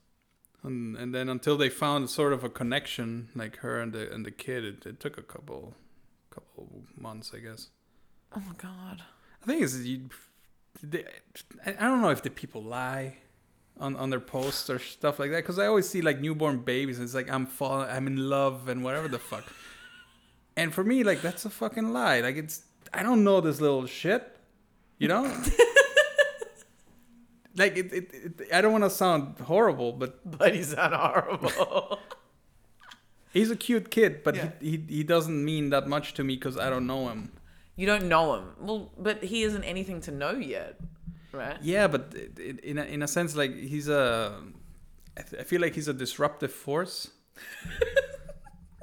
Speaker 2: and and then until they found sort of a connection like her and the and the kid it, it took a couple couple months i guess
Speaker 1: Oh my God.
Speaker 2: i think it's you, they, i I don't know if the people lie on on their posts or stuff like that because i always see like newborn babies and it's like i'm falling i'm in love and whatever the fuck and for me like that's a fucking lie like it's i don't know this little shit you know like it, it, it i don't want to sound horrible but
Speaker 1: But he's not horrible.
Speaker 2: he's a cute kid but
Speaker 1: Yeah.
Speaker 2: he, he he doesn't mean that much to me because i don't know him
Speaker 1: you don't know him. Well, but he isn't anything to know yet, right?
Speaker 2: yeah but it, it, in, a, in a sense like he's a I, th- I feel like he's a disruptive force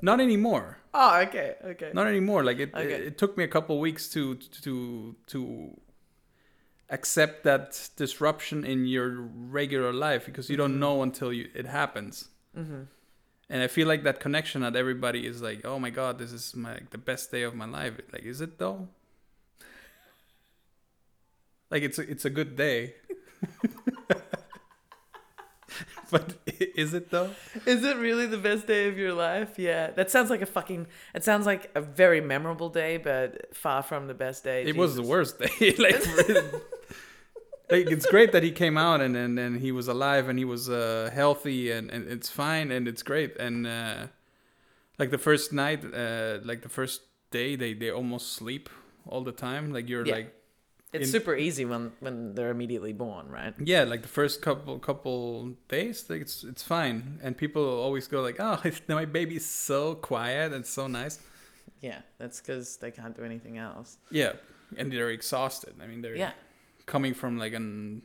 Speaker 2: not anymore
Speaker 1: Oh, okay, okay.
Speaker 2: not anymore like it,
Speaker 1: Okay.
Speaker 2: it it took me a couple weeks to to to accept that disruption in your regular life because you
Speaker 1: Mm-hmm.
Speaker 2: don't know until you, it happens and i feel like that connection that everybody is like oh my god this is my the best day of my life like is it though like it's a, it's a good day but i- is it though
Speaker 1: Is it really the best day of your life? Yeah, that sounds like a fucking. It sounds like a very memorable day, but far from the best day.
Speaker 2: it was the worst day. like, really. like it's great that he came out and, and, and he was alive and he was uh, healthy and, and it's fine and it's great and uh, like the first night, uh, like the first day, they they almost sleep all the time. Like you're
Speaker 1: Yeah.
Speaker 2: like
Speaker 1: It's
Speaker 2: in-
Speaker 1: super easy when when they're immediately born, right?
Speaker 2: yeah, like the first couple couple days, like it's it's fine. And people always go like, oh, my baby's so quiet and so nice.
Speaker 1: Yeah, that's because they can't do anything else.
Speaker 2: Yeah, and they're exhausted. I mean, they're
Speaker 1: Yeah,
Speaker 2: coming from like an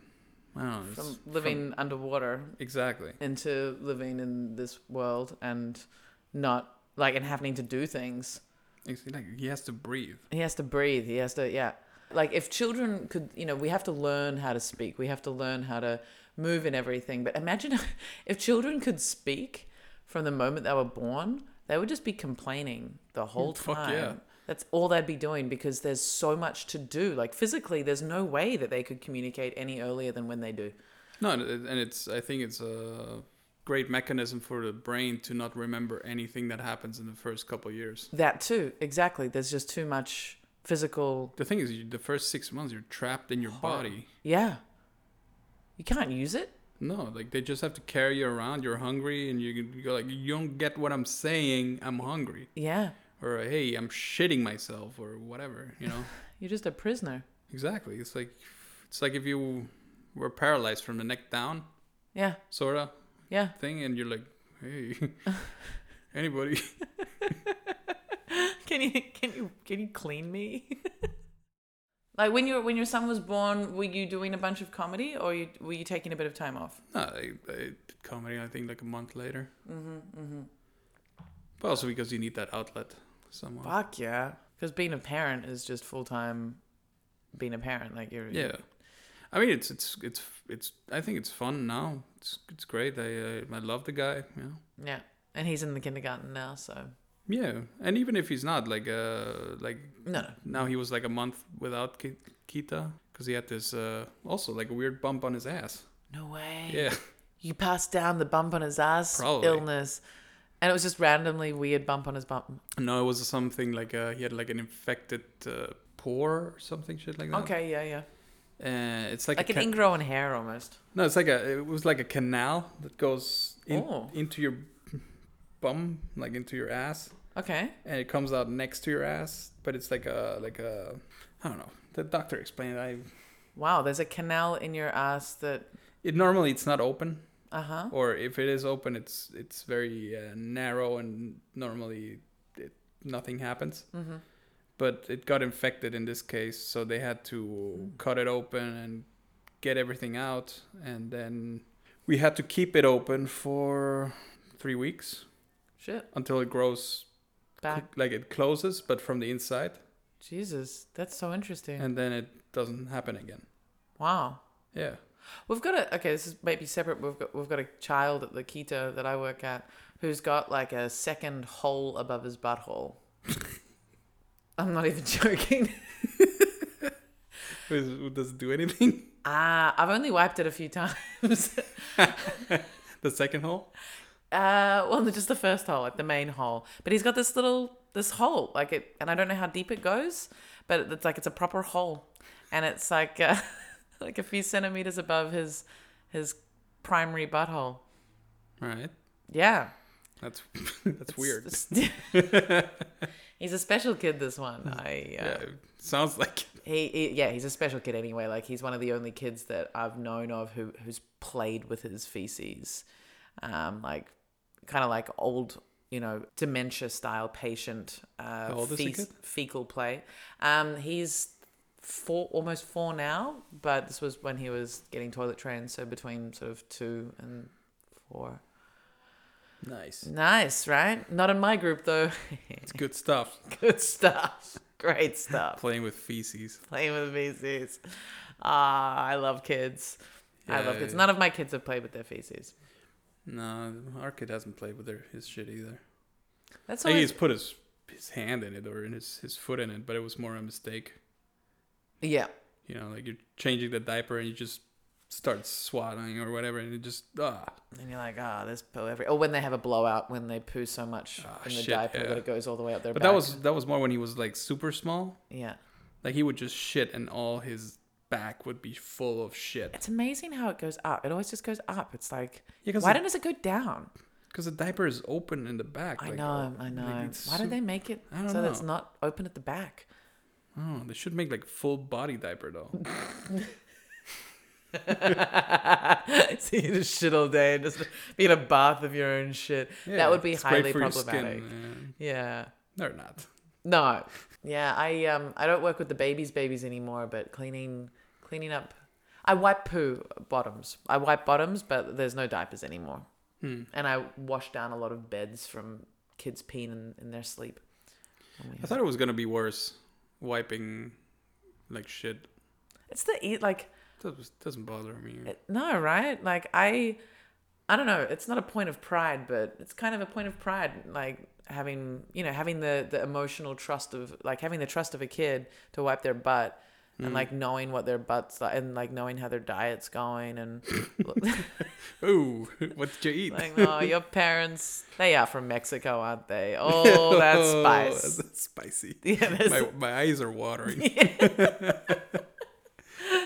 Speaker 2: I don't know,
Speaker 1: from
Speaker 2: it's-
Speaker 1: living underwater
Speaker 2: exactly.
Speaker 1: into living in this world and not like and having to do things.
Speaker 2: It's like he has to breathe.
Speaker 1: He has to breathe. He has to, yeah. Like if children could, you know, we have to learn how to speak. We have to learn how to move and everything. But imagine if children could speak from the moment they were born, they would just be complaining the whole
Speaker 2: Mm, Fuck
Speaker 1: time.
Speaker 2: yeah.
Speaker 1: That's all they'd be doing because there's so much to do. Like physically, there's no way that they could communicate any earlier than when they do.
Speaker 2: No, and it- and it's I think it's a great mechanism for the brain to not remember anything that happens in the first couple of years.
Speaker 1: That too, exactly. There's just too much physical.
Speaker 2: The thing is, you, the first six months you're trapped in your body.
Speaker 1: Yeah. You can't use it.
Speaker 2: No, like they just have to carry you around. You're hungry, and you, you go like, you don't get what I'm saying. I'm hungry,
Speaker 1: Yeah.
Speaker 2: or hey, I'm shitting myself, or whatever. You know,
Speaker 1: You're just a prisoner.
Speaker 2: exactly. It's like it's like if you we're paralyzed from the neck down,
Speaker 1: Yeah.
Speaker 2: sorta
Speaker 1: Yeah.
Speaker 2: thing, and you're like, hey, anybody?
Speaker 1: Can you can you can you clean me? like when your when your son was born, were you doing a bunch of comedy or you, were you taking a bit of time off?
Speaker 2: no, I, I did comedy. I think like a month later. Mm-hmm, mm-hmm. But also because you need that outlet somewhere.
Speaker 1: Fuck yeah. Because being a parent is just full time being a parent. Like you're
Speaker 2: Yeah, I mean it's it's it's it's. I think it's fun now. It's it's great. I I, I love the guy. You know.
Speaker 1: Yeah. And he's in the kindergarten now, so
Speaker 2: Yeah, and even if he's not like uh like
Speaker 1: no no.
Speaker 2: now he was like a month without Ki- Kita because he had this uh also like a weird bump on his ass.
Speaker 1: No way.
Speaker 2: Yeah,
Speaker 1: You passed down the bump on his ass
Speaker 2: Probably.
Speaker 1: illness. And it was just randomly weird bump on his bump.
Speaker 2: no, it was something like uh he had like an infected uh, pore or something shit like that.
Speaker 1: Okay, yeah, yeah.
Speaker 2: uh, it's like,
Speaker 1: Like
Speaker 2: a
Speaker 1: an
Speaker 2: ca-
Speaker 1: ingrown hair almost.
Speaker 2: no, it's like a it was like a canal that goes in,
Speaker 1: Oh.
Speaker 2: into your bum like into your ass
Speaker 1: Okay.
Speaker 2: and it comes out next to your ass, but it's like a like a I don't know. The doctor explained. I
Speaker 1: Wow, there's a canal in your ass that
Speaker 2: it normally it's not open.
Speaker 1: uh huh.
Speaker 2: or if it is open it's it's very uh, narrow and normally it, nothing happens
Speaker 1: Mhm.
Speaker 2: but it got infected in this case so they had to cut it open and get everything out and then we had to keep it open for three weeks
Speaker 1: Shit.
Speaker 2: until it grows
Speaker 1: Back
Speaker 2: like it closes but from the inside
Speaker 1: Jesus. That's so interesting.
Speaker 2: and then it doesn't happen again
Speaker 1: wow.
Speaker 2: yeah
Speaker 1: We've got a okay. This is maybe separate. We've got we've got a child at the keto that I work at who's got like a second hole above his butthole. I'm not even joking.
Speaker 2: it doesn't do anything
Speaker 1: Ah, I've only wiped it a few times.
Speaker 2: the second hole
Speaker 1: Uh, well, just the first hole, like the main hole. But he's got this little this hole, like it, and I don't know how deep it goes, but it's like it's a proper hole, and it's like uh, like a few centimeters above his his primary butthole.
Speaker 2: all right
Speaker 1: Yeah,
Speaker 2: that's that's weird
Speaker 1: It's- he's a special kid. This one, I uh,
Speaker 2: yeah sounds like
Speaker 1: He, he yeah, he's a special kid anyway. Like he's one of the only kids that I've known of who who's played with his feces, um, like kind of like old you know dementia style patient uh,
Speaker 2: old is the
Speaker 1: fec-
Speaker 2: kid?
Speaker 1: fecal play. Um, he's four, almost four now, but this was when he was getting toilet trained, so between sort of two and four.
Speaker 2: nice
Speaker 1: Nice, right? Not in my group though.
Speaker 2: It's good stuff.
Speaker 1: Good stuff. Great stuff.
Speaker 2: Playing with feces.
Speaker 1: playing with feces. Ah, I love kids. I love
Speaker 2: Yeah,
Speaker 1: kids.
Speaker 2: yeah.
Speaker 1: None of my kids have played with their feces.
Speaker 2: No, our kid hasn't played with their, his shit either.
Speaker 1: That's
Speaker 2: I think
Speaker 1: always
Speaker 2: he's put his his hand in it or in his, his foot in it, but it was more a mistake.
Speaker 1: yeah.
Speaker 2: You know, like you're changing the diaper and you just start swatting or whatever, and it just ah
Speaker 1: And you're like, ah, there's poo every. Or when they have a blowout, when they poo so much
Speaker 2: Ah,
Speaker 1: in the
Speaker 2: shit,
Speaker 1: diaper
Speaker 2: yeah.
Speaker 1: that it goes all the way up their.
Speaker 2: But
Speaker 1: back.
Speaker 2: that was that was more when he was like super small.
Speaker 1: yeah.
Speaker 2: Like he would just shit, and all his back would be full of shit.
Speaker 1: It's amazing how it goes up. It always just goes up. It's like,
Speaker 2: Yeah,
Speaker 1: why
Speaker 2: because
Speaker 1: does it go down?
Speaker 2: the diaper is open in the back.
Speaker 1: I
Speaker 2: like,
Speaker 1: know,
Speaker 2: oh,
Speaker 1: I
Speaker 2: like,
Speaker 1: know.
Speaker 2: it's
Speaker 1: why do
Speaker 2: su-
Speaker 1: they make it
Speaker 2: I don't
Speaker 1: so that it's
Speaker 2: know.
Speaker 1: not open at the back?
Speaker 2: Oh, they should make like full body diaper though.
Speaker 1: so you just shit all day and just be in a bath of your own shit.
Speaker 2: Yeah,
Speaker 1: that would be
Speaker 2: it's great
Speaker 1: highly
Speaker 2: for your skin,
Speaker 1: problematic.
Speaker 2: yeah.
Speaker 1: Yeah.
Speaker 2: They're not.
Speaker 1: No. Yeah, I um I don't work with the babies babies anymore, but cleaning cleaning up I wipe poo bottoms. I wipe bottoms, but there's no diapers anymore.
Speaker 2: Hmm.
Speaker 1: And I wash down a lot of beds from kids peeing in, in their sleep. Oh
Speaker 2: I thought it was gonna be worse, wiping like shit.
Speaker 1: It's the eat like
Speaker 2: That was, doesn't bother me.
Speaker 1: it- no, right? Like I I don't know, it's not a point of pride, but it's kind of a point of pride like having, you know, having the the emotional trust of like having the trust of a kid to wipe their butt and like knowing what their butts like and like knowing how their diet's going and
Speaker 2: Ooh, what did you eat?
Speaker 1: like oh your parents they are from Mexico aren't they oh that
Speaker 2: Oh,
Speaker 1: spice
Speaker 2: that's spicy.
Speaker 1: yeah that's,
Speaker 2: My, my eyes are watering.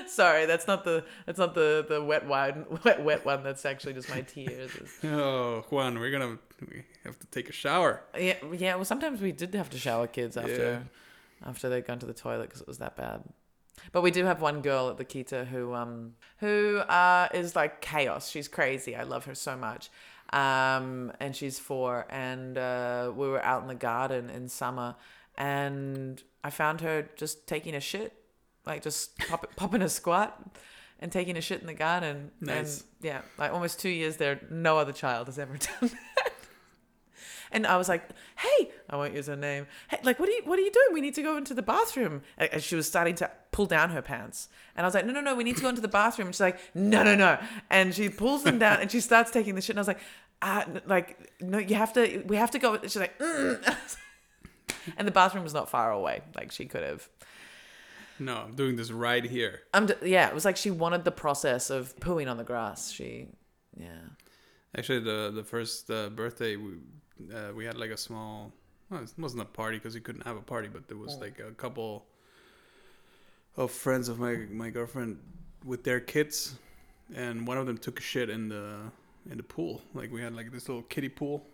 Speaker 1: sorry that's not the that's not the the wet wine wet wet one that's actually just my tears It's-
Speaker 2: oh, Juan, we're gonna we have to take a shower.
Speaker 1: yeah yeah well sometimes we did have to shower kids after
Speaker 2: Yeah.
Speaker 1: after they'd gone to the toilet because it was that bad But we do have one girl at the Kita who um who uh is like chaos. She's crazy. I love her so much. Um and she's four and uh we were out in the garden in summer and I found her just taking a shit. Like just pop, popping a squat and taking a shit in the garden.
Speaker 2: Nice.
Speaker 1: And yeah, like almost two years there, no other child has ever done that. And I was like, "Hey, I won't use her name. Hey, like, what are you, what are you doing? We need to go into the bathroom." A- And she was starting to pull down her pants, and I was like, "No, no, no, we need to go into the bathroom." And she's like, "No, no, no," and she pulls them down, and she starts taking the shit. And I was like, "Ah, n- like, no, you have to, we have to go." And she's like, mm. and the bathroom was not far away. Like, she could have.
Speaker 2: No, I'm doing this right here.
Speaker 1: I'm d- yeah, it was like she wanted the process of pooing on the grass. She, yeah.
Speaker 2: Actually, the the first uh, birthday we uh, we had like a small. Well, it wasn't a party because you couldn't have a party, but there was like a couple of friends of my my girlfriend with their kids, and one of them took a shit in the in the pool. Like we had like this little kiddie pool.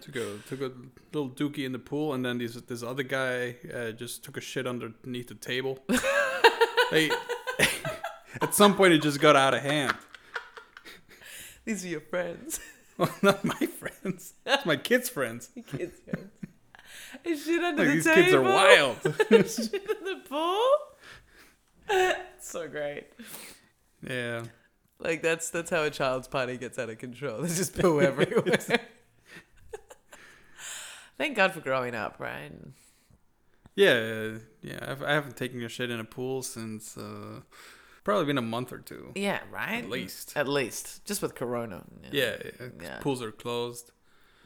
Speaker 2: took a took a little dookie in the pool, and then this this other guy uh, just took a shit underneath the table. They- at some point, it just got out of hand.
Speaker 1: These are your friends.
Speaker 2: Well, not my friends. It's my kids' friends.
Speaker 1: Your kids' friends. Is shit under
Speaker 2: Like
Speaker 1: the
Speaker 2: these
Speaker 1: table.
Speaker 2: kids are wild.
Speaker 1: shit in the pool. so great.
Speaker 2: yeah.
Speaker 1: Like that's that's how a child's party gets out of control. They just poo everywhere. Thank God for growing up, right?
Speaker 2: Yeah, yeah. I've, I haven't taken a shit in a pool since uh, probably been a month or two.
Speaker 1: Yeah, right.
Speaker 2: At least.
Speaker 1: At least, just with Corona.
Speaker 2: Yeah, yeah, 'cause
Speaker 1: Yeah.
Speaker 2: pools are closed.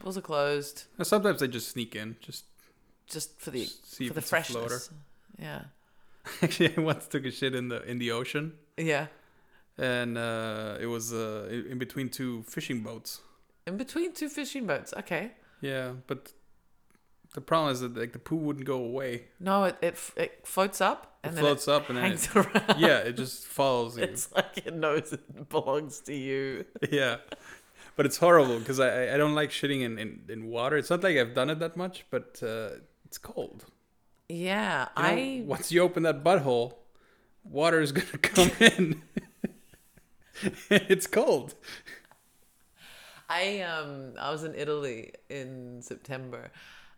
Speaker 1: Pools are closed
Speaker 2: And sometimes I just sneak in. Just
Speaker 1: just for the
Speaker 2: Just see
Speaker 1: for
Speaker 2: if
Speaker 1: the
Speaker 2: it's a floater.
Speaker 1: freshness. Yeah.
Speaker 2: actually, I once took a shit in the in the ocean,
Speaker 1: Yeah.
Speaker 2: and uh, it was uh, in in between two fishing boats.
Speaker 1: In between two fishing boats. Okay.
Speaker 2: Yeah, but the problem is that like the poo wouldn't go away.
Speaker 1: No, it it, f- it floats up
Speaker 2: It
Speaker 1: and then
Speaker 2: floats up
Speaker 1: it
Speaker 2: and then
Speaker 1: hangs
Speaker 2: it,
Speaker 1: around.
Speaker 2: yeah, it just follows you.
Speaker 1: It's like it knows it belongs to you.
Speaker 2: yeah but it's horrible because I, I- I don't like shitting in, in, in water it's not like i've done it that much but uh, it's cold
Speaker 1: Yeah,
Speaker 2: You know,
Speaker 1: I
Speaker 2: once you open that butthole water is gonna come in it's cold
Speaker 1: I um I was in Italy in September,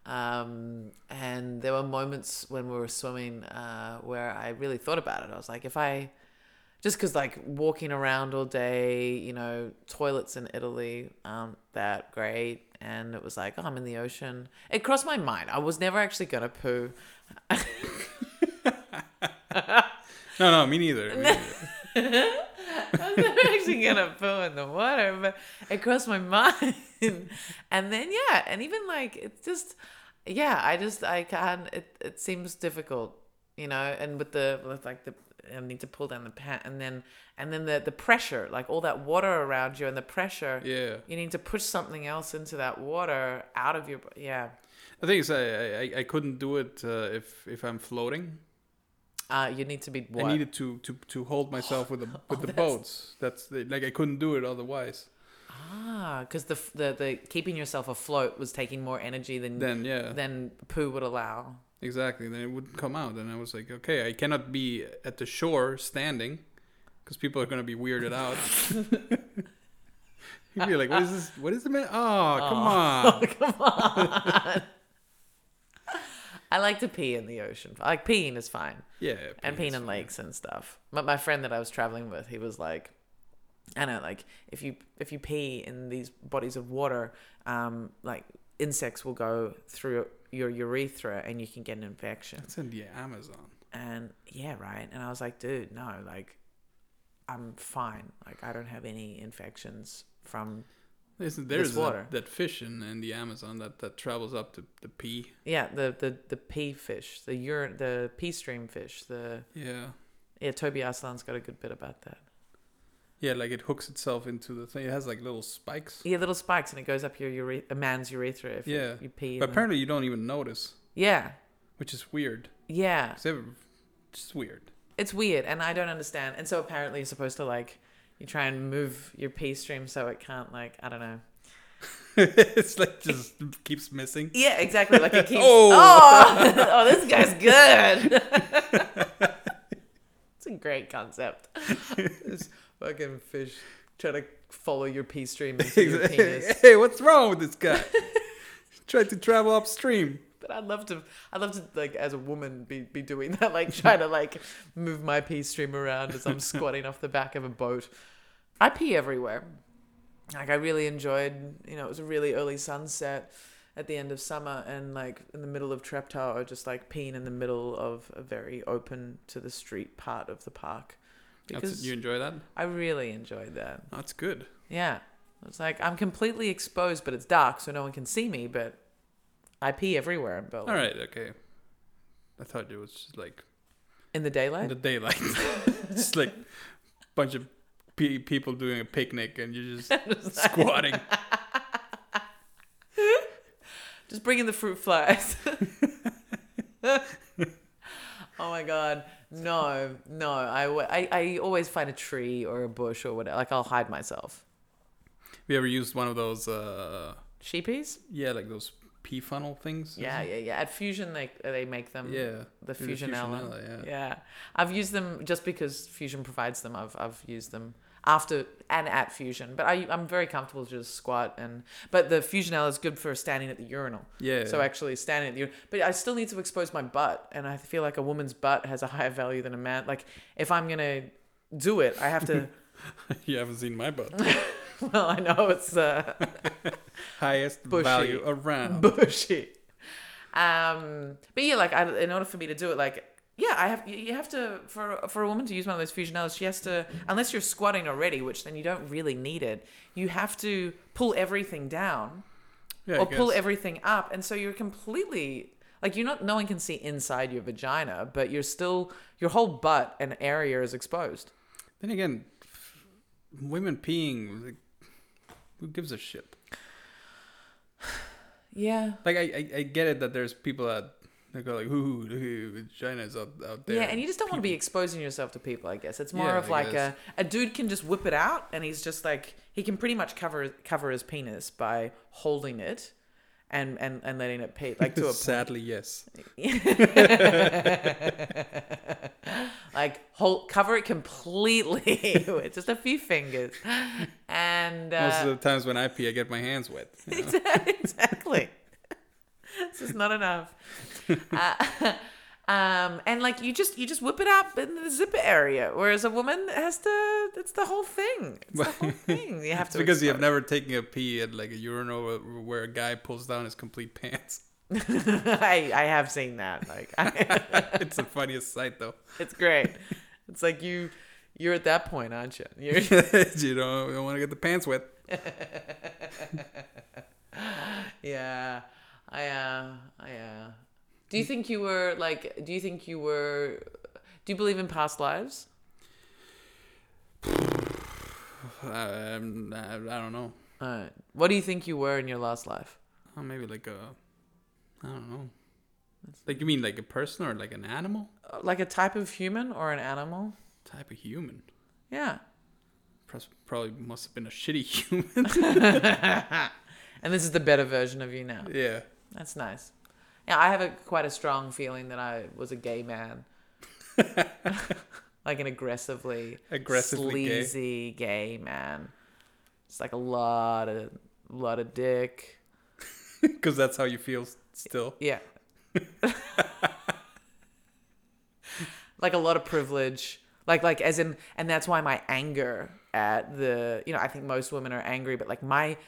Speaker 1: um, and there were moments when we were swimming uh, where I really thought about it. I was like, if I just because like walking around all day, you know, toilets in Italy aren't that great, and it was like, oh, I'm in the ocean. It crossed my mind. I was never actually gonna poo.
Speaker 2: no no me neither, me neither.
Speaker 1: I was never actually gonna poo in the water, but it crossed my mind. And then yeah, and even like it's just yeah, I just I can't. It it seems difficult, you know. And with the with like the I need to pull down the pant, and then and then the the pressure, like all that water around you, and the pressure.
Speaker 2: yeah
Speaker 1: You need to push something else into that water out of your b- yeah.
Speaker 2: the thing is i, I, I couldn't do it uh, if if i'm floating
Speaker 1: Uh, you need to be what?
Speaker 2: i needed to, to to hold myself with the with the
Speaker 1: Oh, that's-
Speaker 2: boats that's the, like i couldn't do it otherwise
Speaker 1: ah, because the, f- the the keeping yourself afloat was taking more energy than
Speaker 2: then yeah
Speaker 1: than poo would allow.
Speaker 2: Exactly. Then it wouldn't come out. And I was like, okay, I cannot be at the shore standing because people are going to be weirded out. You'd be like, what is this? What is the man? Oh, come on.
Speaker 1: Come on. I like to pee in the ocean. Like peeing is fine,
Speaker 2: Yeah.
Speaker 1: and peeing in lakes and stuff. But my friend that I was traveling with, he was like, I know, like if you if you pee in these bodies of water, um, like insects will go through your urethra and you can get an infection.
Speaker 2: It's in the Amazon.
Speaker 1: And yeah, right. And I was like, dude, no, like I'm fine. Like I don't have any infections from
Speaker 2: Isn't there's
Speaker 1: This water.
Speaker 2: that, that fish in, in the Amazon that, that travels up to the pea.
Speaker 1: Yeah, the the the pea fish, the urine, the pea stream fish. The
Speaker 2: Yeah.
Speaker 1: yeah, Toby Aslan's got a good bit about that.
Speaker 2: Yeah, like it hooks itself into the thing. It has like little spikes.
Speaker 1: Yeah, little spikes, and it goes up your urethra, a man's urethra if you-
Speaker 2: Yeah.
Speaker 1: you pee. in
Speaker 2: But
Speaker 1: them.
Speaker 2: apparently you don't even notice,
Speaker 1: yeah,
Speaker 2: which is weird.
Speaker 1: yeah,
Speaker 2: It's ever- just weird.
Speaker 1: it's weird, and I don't understand. And so apparently you're supposed to like you try and move your pea stream so it can't like I don't know.
Speaker 2: it's like just keeps missing.
Speaker 1: Yeah, exactly. Like it keeps.
Speaker 2: Oh.
Speaker 1: oh, oh, this guy's good. it's a great concept. This fucking fish trying to follow your pee stream into your penis.
Speaker 2: hey, what's wrong with this guy? Tried to travel upstream.
Speaker 1: But I'd love to, I'd love to like as a woman be, be doing that, like trying to like move my pee stream around as I'm squatting off the back of a boat. I pee everywhere. Like I really enjoyed, you know, it was a really early sunset at the end of summer and like in the middle of Trap Tower, just like peeing in the middle of a very open to the street part of the park.
Speaker 2: That's,
Speaker 1: Because
Speaker 2: you enjoy that?
Speaker 1: I really enjoyed that.
Speaker 2: That's good.
Speaker 1: Yeah. It's like I'm completely exposed, but it's dark, so no one can see me, but I pee everywhere in Berlin.
Speaker 2: All right, okay. I thought it was just like
Speaker 1: In the daylight?
Speaker 2: in the daylight, just like bunch of pe- people doing a picnic, and you're just squatting.
Speaker 1: Just bring in the fruit flies. oh my god. No, no. I, wa- I, I always find a tree or a bush or whatever. Like, I'll hide myself.
Speaker 2: We ever used one of those? uh
Speaker 1: Sheepies?
Speaker 2: Yeah, like those pee funnel things.
Speaker 1: Yeah, yeah, yeah. At Fusion, they, they make them.
Speaker 2: Yeah.
Speaker 1: The
Speaker 2: There's a
Speaker 1: Fusionella.
Speaker 2: Fusionella, yeah.
Speaker 1: Yeah. I've used them just because Fusion provides them. I've, I've used them after and at Fusion. But I, I'm very comfortable to just squat. and But the Fusionella is good for standing at the urinal.
Speaker 2: Yeah.
Speaker 1: So actually standing at the urinal. But I still need to expose my butt. And I feel like a woman's butt has a higher value than a man. Like if I'm going to do it, I have to.
Speaker 2: you haven't seen my butt.
Speaker 1: well, I know it's uh,
Speaker 2: Highest
Speaker 1: Bushy.
Speaker 2: value around.
Speaker 1: bushy. Um, but yeah, like I, in order for me to do it, like yeah, I have you- you have to for for a woman to use one of those fusionellas, she has to unless you're squatting already, which then you don't really need it. You have to pull everything down
Speaker 2: yeah, I
Speaker 1: or pull
Speaker 2: guess.
Speaker 1: everything up, and so you're completely like you're not. No one can see inside your vagina, but you're still your whole butt and area is exposed.
Speaker 2: Then again, women peeing. Like, who gives a shit?
Speaker 1: Yeah.
Speaker 2: Like I, I, I get it that there's people that they go like, "Ooh, ooh China's out out there."
Speaker 1: Yeah, and you just don't want to be exposing yourself to people, I guess. It's more
Speaker 2: Yeah,
Speaker 1: of
Speaker 2: I
Speaker 1: like
Speaker 2: guess.
Speaker 1: a a dude can just whip it out and he's just like he can pretty much cover cover his penis by holding it and and, and letting it pee like to a
Speaker 2: Sadly, yes.
Speaker 1: like hold cover it completely with just a few fingers. And uh,
Speaker 2: Most of the times when I pee, I get my hands wet.
Speaker 1: exactly. this is not enough. Uh, um, and like you just you just whip it up in the zipper area, whereas a woman has to. It's the whole thing. It's the whole thing. You have
Speaker 2: It's
Speaker 1: to
Speaker 2: because you have
Speaker 1: explode.
Speaker 2: never taken a pee at like a urinal where, where a guy pulls down his complete pants.
Speaker 1: I I have seen that. Like I,
Speaker 2: it's the funniest sight, though.
Speaker 1: it's great. It's like you you're at that point, aren't you? You're,
Speaker 2: you don't, you don't want to get the pants wet.
Speaker 1: yeah. I uh I uh. Do you think you were like? Do you think you were? Do you believe in past lives?
Speaker 2: Um, I, I don't know.
Speaker 1: Uh, what do you think you were in your last life?
Speaker 2: Oh, maybe like a, I don't know. Like you mean like a person or like an animal
Speaker 1: like a type of human or an animal.
Speaker 2: type of human?
Speaker 1: Yeah.
Speaker 2: Pros- Probably must have been a shitty human.
Speaker 1: And this is the better version of you now.
Speaker 2: yeah.
Speaker 1: That's nice. Yeah, I have a quite a strong feeling that I was a gay man. like an aggressively
Speaker 2: Aggressively gay.
Speaker 1: sleazy gay. man. It's like a lot of lot of dick.
Speaker 2: Because that's how you feel s- still.
Speaker 1: Yeah. like a lot of privilege. Like like as in and that's why my anger at the you know, I think most women are angry, but like my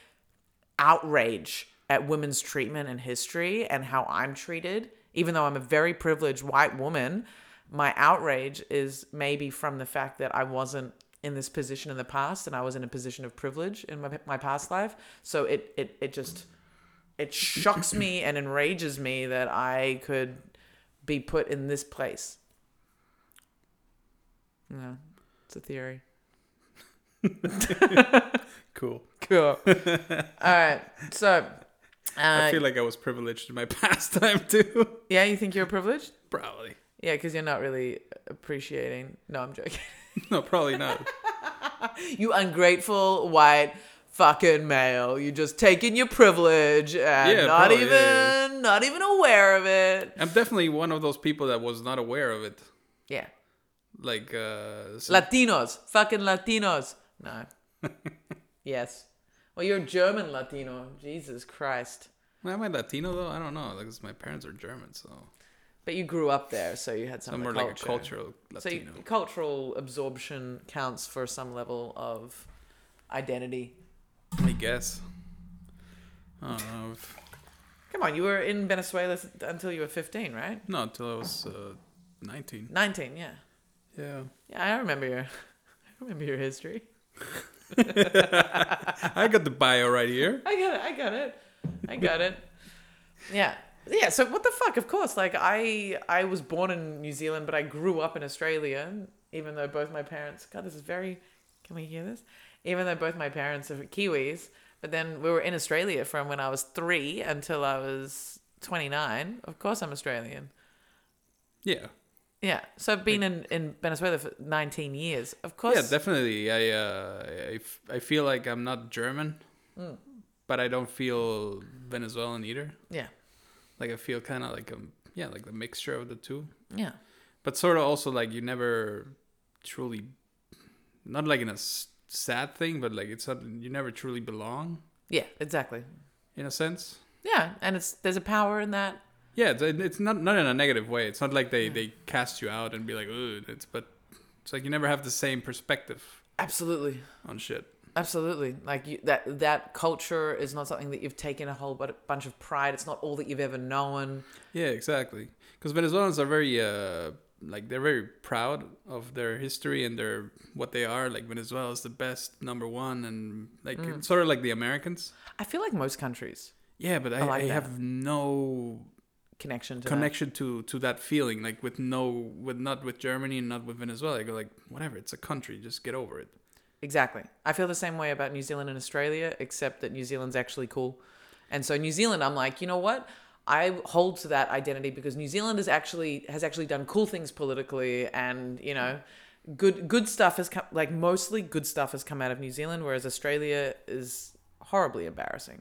Speaker 1: outrage at women's treatment in history and how I'm treated, even though I'm a very privileged white woman, my outrage is maybe from the fact that I wasn't in this position in the past and I was in a position of privilege in my, my past life. So it, it, it just, it shocks me and enrages me that I could be put in this place. Yeah, it's a theory.
Speaker 2: Cool.
Speaker 1: Cool. All right. So,
Speaker 2: I
Speaker 1: uh,
Speaker 2: feel like I was privileged in my pastime too.
Speaker 1: yeah, you think you're privileged?
Speaker 2: probably.
Speaker 1: Yeah, because you're not really appreciating. No, I'm joking.
Speaker 2: No, probably not.
Speaker 1: you ungrateful white fucking male. You just taking your privilege and
Speaker 2: Yeah,
Speaker 1: not
Speaker 2: probably,
Speaker 1: even
Speaker 2: yeah,
Speaker 1: not even aware of it.
Speaker 2: I'm definitely one of those people that was not aware of it.
Speaker 1: Yeah.
Speaker 2: Like, uh, so-
Speaker 1: Latinos, fucking Latinos. No. yes. Well, you're German Latino. Jesus Christ.
Speaker 2: am I Latino though? I don't know. Like, 'cause my parents are German, so
Speaker 1: But you grew up there, so you had some
Speaker 2: I'm more
Speaker 1: of the
Speaker 2: like a cultural
Speaker 1: So you-
Speaker 2: Latino.
Speaker 1: cultural absorption counts for some level of identity.
Speaker 2: I guess. I don't know. If,
Speaker 1: Come on, you were in Venezuela s- until you were 15, right?
Speaker 2: no, until I was uh, 19.
Speaker 1: 19, yeah.
Speaker 2: Yeah.
Speaker 1: Yeah, I remember your I remember your history.
Speaker 2: I got the bio right here.
Speaker 1: I got it. I got it. I got it. Yeah. Yeah, so what the fuck? Of course, like I I was born in New Zealand, but I grew up in Australia, even though both my parents God, this is very can we hear this? Even though both my parents are Kiwis, but then we were in Australia from when I was 3 until I was 29. Of course I'm Australian.
Speaker 2: Yeah.
Speaker 1: Yeah. So I've been in, in Venezuela for 19 years. Of course.
Speaker 2: Yeah, definitely. I, uh, I, f- I feel like I'm not German, but I don't feel Venezuelan either.
Speaker 1: yeah.
Speaker 2: Like I feel kind of like a yeah, like the mixture of the two.
Speaker 1: Yeah.
Speaker 2: But sort of also like you never truly, not like in a s- sad thing, but like it's not you never truly belong
Speaker 1: Yeah, exactly.
Speaker 2: in a sense.
Speaker 1: Yeah, and it's there's a power in that.
Speaker 2: Yeah, it's, it's not not in a negative way. It's not like they they cast you out and be like, ooh, it's but it's like you never have the same perspective
Speaker 1: Absolutely.
Speaker 2: on shit.
Speaker 1: Absolutely. Like you, that that culture is not something that you've taken a whole but- bunch of pride. It's not all that you've ever known.
Speaker 2: Yeah, exactly. Because Venezuelans are very uh like they're very proud of their history and their what they are. Like Venezuela is the best number one, and like
Speaker 1: Mm.
Speaker 2: it's sort of like the Americans.
Speaker 1: I feel like most countries
Speaker 2: Yeah, but I, I,
Speaker 1: like that.
Speaker 2: have no
Speaker 1: connection to
Speaker 2: connection to to that feeling. Like with no with not with Germany and not with Venezuela. I go like whatever. It's a country. Just get over it.
Speaker 1: that. Exactly. I feel the same way about New Zealand and Australia, except that New Zealand's actually cool. And so New Zealand, I'm like, you know what? I hold to that identity because New Zealand is actually has actually done cool things politically, and you know, good good stuff has come like mostly good stuff has come out of New Zealand, whereas Australia is horribly embarrassing.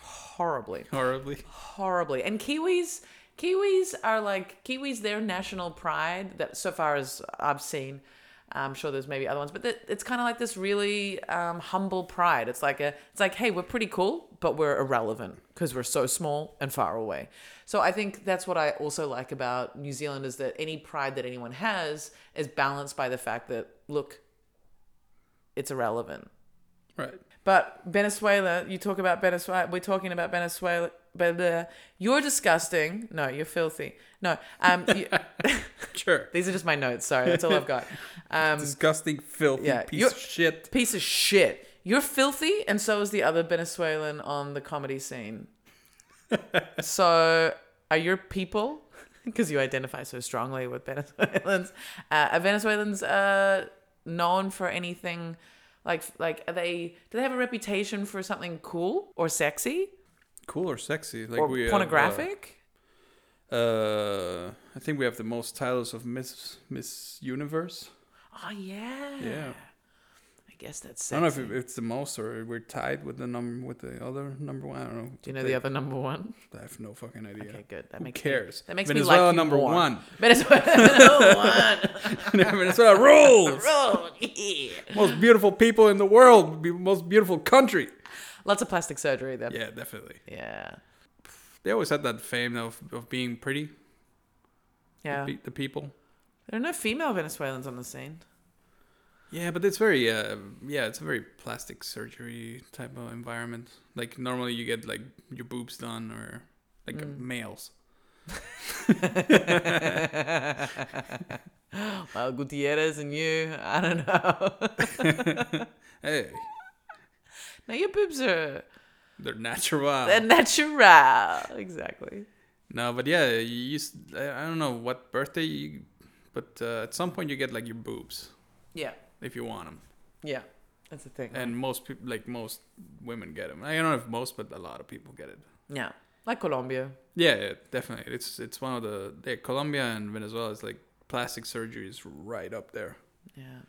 Speaker 1: horribly.
Speaker 2: Horribly.
Speaker 1: horribly. And Kiwis, Kiwis are like Kiwis. Their national pride, that so far as I've seen, I'm sure there's maybe other ones, but that- it's kind of like this really um, humble pride. It's like a, it's like, hey, we're pretty cool, but we're irrelevant because we're so small and far away. So I think that's what I also like about New Zealand is that any pride that anyone has is balanced by the fact that look, it's irrelevant.
Speaker 2: Right.
Speaker 1: But Venezuela, you talk about Venezuela. We're talking about Venezuela. Blah, blah. You're disgusting. No, you're filthy. No, um, you,
Speaker 2: Sure.
Speaker 1: these are just my notes. Sorry, that's all I've got. Um,
Speaker 2: Disgusting, filthy
Speaker 1: yeah,
Speaker 2: piece
Speaker 1: you're-
Speaker 2: of shit.
Speaker 1: piece of shit. You're filthy, and so is the other Venezuelan on the comedy scene. so, are your people, because you identify so strongly with Venezuelans, uh, are Venezuelans uh, known for anything? Like, like, are they? Do they have a reputation for something cool or sexy
Speaker 2: Cool or sexy? Like
Speaker 1: or
Speaker 2: we have, uh,
Speaker 1: pornographic?
Speaker 2: Uh, I think we have the most titles of Miss Miss Universe.
Speaker 1: oh yeah.
Speaker 2: Yeah,
Speaker 1: I guess that's
Speaker 2: I don't
Speaker 1: sexy.
Speaker 2: know if it- it's the most or we're tied with the number with the other number one. I don't know.
Speaker 1: Do you know the other number one?
Speaker 2: I have no fucking idea.
Speaker 1: Okay, good. That
Speaker 2: Who
Speaker 1: makes me-
Speaker 2: cares?
Speaker 1: that makes
Speaker 2: Venezuela
Speaker 1: me like you
Speaker 2: number
Speaker 1: more.
Speaker 2: one.
Speaker 1: Venezuela number one.
Speaker 2: Venezuela rules.
Speaker 1: Roll, yeah.
Speaker 2: most beautiful people in the world. be- Most beautiful country.
Speaker 1: Lots of plastic surgery then. Yeah.
Speaker 2: Yeah, definitely. They always had that fame of of being pretty.
Speaker 1: Yeah.
Speaker 2: The, the people.
Speaker 1: There are no female Venezuelans on the scene.
Speaker 2: Yeah, but it's very uh yeah, it's a very plastic surgery type of environment. Like normally you get like your boobs done or like males.
Speaker 1: well, Gutierrez and you, I don't know.
Speaker 2: Hey,
Speaker 1: now your boobs are
Speaker 2: they're natural.
Speaker 1: they're natural. Exactly.
Speaker 2: no, but yeah, you used I, I don't know what birthday you but uh, at some point you get like your boobs
Speaker 1: Yeah.
Speaker 2: if you want them.
Speaker 1: Yeah. That's the thing.
Speaker 2: And most people like most women get them. I don't know if most but a lot of people get it.
Speaker 1: yeah. Like Colombia.
Speaker 2: Yeah, yeah definitely. It's it's one of the yeah, Colombia and Venezuela is like plastic surgery is right up there.
Speaker 1: Yeah.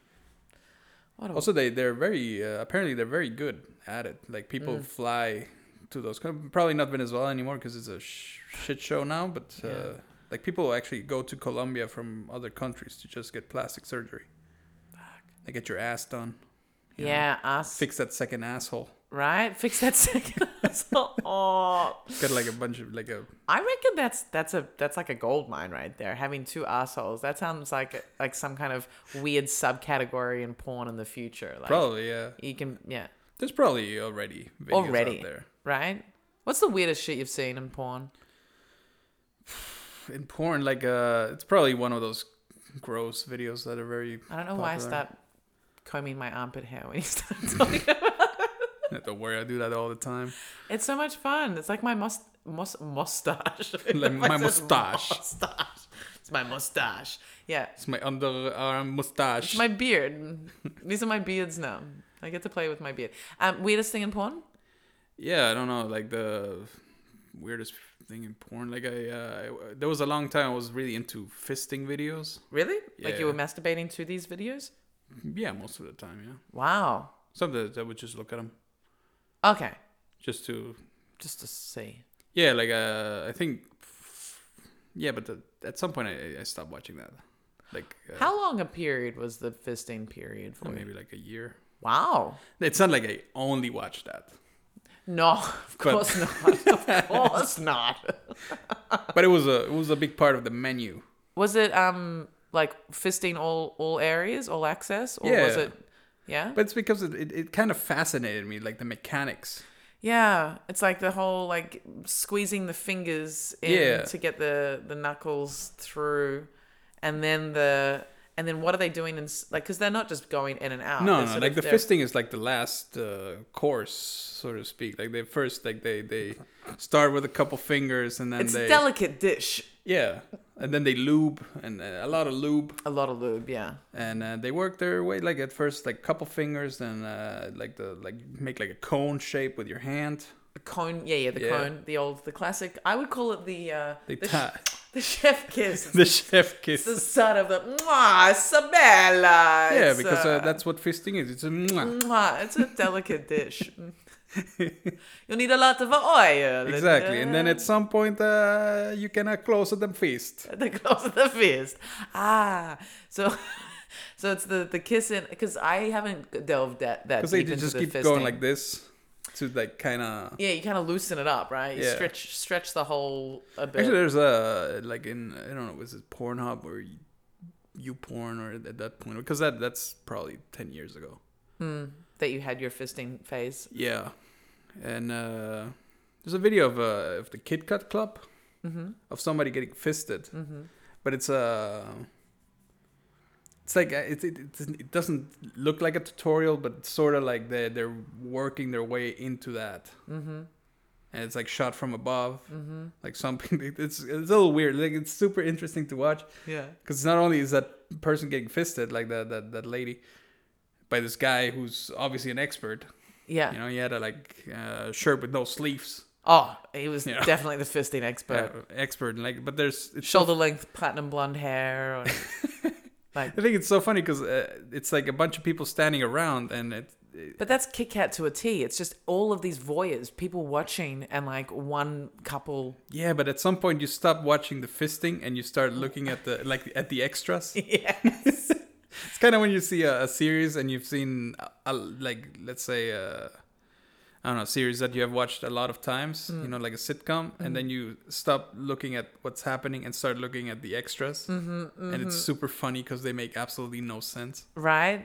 Speaker 1: What a
Speaker 2: Also, they they're very uh, apparently they're very good at it. Like people
Speaker 1: Mm.
Speaker 2: fly to those coun- probably not Venezuela anymore because it's a sh- shit show now. But uh,
Speaker 1: Yeah.
Speaker 2: like people actually go to Colombia from other countries to just get plastic surgery. They get your ass done. you know,
Speaker 1: yeah, ass
Speaker 2: Fix that second asshole.
Speaker 1: right? Fix that second asshole. Oh,
Speaker 2: Got like a bunch of like a
Speaker 1: I reckon that's that's a that's like a gold mine right there. Having two assholes. That sounds like like some kind of weird subcategory in porn in the future. Like
Speaker 2: probably yeah.
Speaker 1: you can yeah,
Speaker 2: There's probably already videos
Speaker 1: Already.
Speaker 2: out there
Speaker 1: right? What's the weirdest shit you've seen in porn?
Speaker 2: in porn. Like uh, it's probably one of those gross videos that are very.
Speaker 1: I don't know why I
Speaker 2: popular.
Speaker 1: start combing my armpit hair when you start talking about
Speaker 2: Don't worry, I do that all the time.
Speaker 1: It's so much fun. It's like my must must mustache.
Speaker 2: Like my mustache.
Speaker 1: Mustache. It's my mustache. Yeah.
Speaker 2: It's my underarm mustache.
Speaker 1: It's my beard. These are my beards now. I get to play with my beard. Um, weirdest thing in porn?
Speaker 2: Yeah, I don't know, like the weirdest thing in porn. Like I, uh, I- there was a long time I was really into fisting videos.
Speaker 1: Really? Like you
Speaker 2: Yeah.
Speaker 1: were masturbating to these videos?
Speaker 2: Yeah, most of the time, yeah.
Speaker 1: Wow.
Speaker 2: Sometimes I would just look at them,
Speaker 1: Okay.
Speaker 2: just to,
Speaker 1: Just to see.
Speaker 2: yeah, like uh, I think, yeah, but the, at some point I, I stopped watching that. Like uh,
Speaker 1: How long a period was the fisting period for you?
Speaker 2: maybe like a year.
Speaker 1: Wow.
Speaker 2: It's not like I only watched that,
Speaker 1: No, of
Speaker 2: But-
Speaker 1: course not. Of course not.
Speaker 2: but it was a it was a big part of the menu.
Speaker 1: Was it um like fisting all all areas, all access, or was
Speaker 2: Yeah.
Speaker 1: it? Yeah.
Speaker 2: But it's because it, it, it kind of fascinated me, like the mechanics.
Speaker 1: Yeah, it's like the whole like squeezing the fingers in
Speaker 2: Yeah.
Speaker 1: to get the the knuckles through, and then the and then what are they doing? And like, because they're not just going in and out.
Speaker 2: no,
Speaker 1: they're
Speaker 2: no,
Speaker 1: sort
Speaker 2: like
Speaker 1: of-
Speaker 2: the
Speaker 1: they're-
Speaker 2: fisting is like the last uh, course, so to speak. Like they first, like they they start with a couple fingers, and then
Speaker 1: It's
Speaker 2: they
Speaker 1: a delicate dish.
Speaker 2: yeah, and then they lube and uh, a lot of lube,
Speaker 1: A lot of lube, yeah.
Speaker 2: and uh, they work their way like at first like couple fingers, then uh, like the like make like a cone shape with your hand.
Speaker 1: The cone, yeah, yeah, the
Speaker 2: Yeah.
Speaker 1: cone, the old, the classic. I would call it the uh,
Speaker 2: They
Speaker 1: the, sh-
Speaker 2: tie
Speaker 1: the chef kiss. It's
Speaker 2: the chef kiss.
Speaker 1: the son of the mwah, Isabella.
Speaker 2: yeah,
Speaker 1: It's,
Speaker 2: because uh, that's what fisting is. It's a mwah.
Speaker 1: mwah, it's a delicate dish. You'll need a lot of oil.
Speaker 2: exactly, and then at some point uh, you cannot close them fist.
Speaker 1: the close of the fist. Ah, so so it's the the kissing because I haven't delved that that
Speaker 2: Because
Speaker 1: deep
Speaker 2: they
Speaker 1: into
Speaker 2: just
Speaker 1: the
Speaker 2: keep
Speaker 1: fisting.
Speaker 2: going like this to like kind of.
Speaker 1: yeah, you kind of loosen it up, right? You
Speaker 2: Yeah.
Speaker 1: stretch stretch the whole a bit.
Speaker 2: Actually, there's a like in I don't know, is it Pornhub or you porn or at that point because that that's probably ten years ago.
Speaker 1: Hmm, that you had your fisting phase.
Speaker 2: Yeah, and uh, there's a video of uh, of the Kit Kat Club
Speaker 1: Mm-hmm,
Speaker 2: of somebody getting fisted, but it's Uh, it's like uh, it, it, it doesn't- it doesn't look like a tutorial, but it's sort of like they they're working their way into that,
Speaker 1: mm-hmm,
Speaker 2: and it's like shot from above, like something. It's it's a little weird. Like it's super interesting to watch
Speaker 1: Yeah.
Speaker 2: because not only is that person getting fisted, like that that that lady, by this guy who's obviously an expert,
Speaker 1: Yeah.
Speaker 2: you know, he had a like uh, shirt with no sleeves.
Speaker 1: Oh, he was
Speaker 2: Yeah.
Speaker 1: definitely the fisting
Speaker 2: Uh,
Speaker 1: expert.
Speaker 2: expert, like, but there's. It's so,
Speaker 1: Shoulder length, platinum blonde hair. Or, like,
Speaker 2: I think it's so funny because uh, it's like a bunch of people standing around, and it, it-
Speaker 1: But that's Kit Kat to a T. It's just all of these voyeurs, people watching, and like one couple.
Speaker 2: yeah. But at some point, you stop watching the fisting and you start looking at the like at the extras.
Speaker 1: Yes.
Speaker 2: It's kind of when you see a, a series and you've seen a, a- like let's say uh, I don't know a series that you have watched a lot of times, you know, like a sitcom, and then you stop looking at what's happening and start looking at the extras, and it's super funny because they make absolutely no sense.
Speaker 1: right?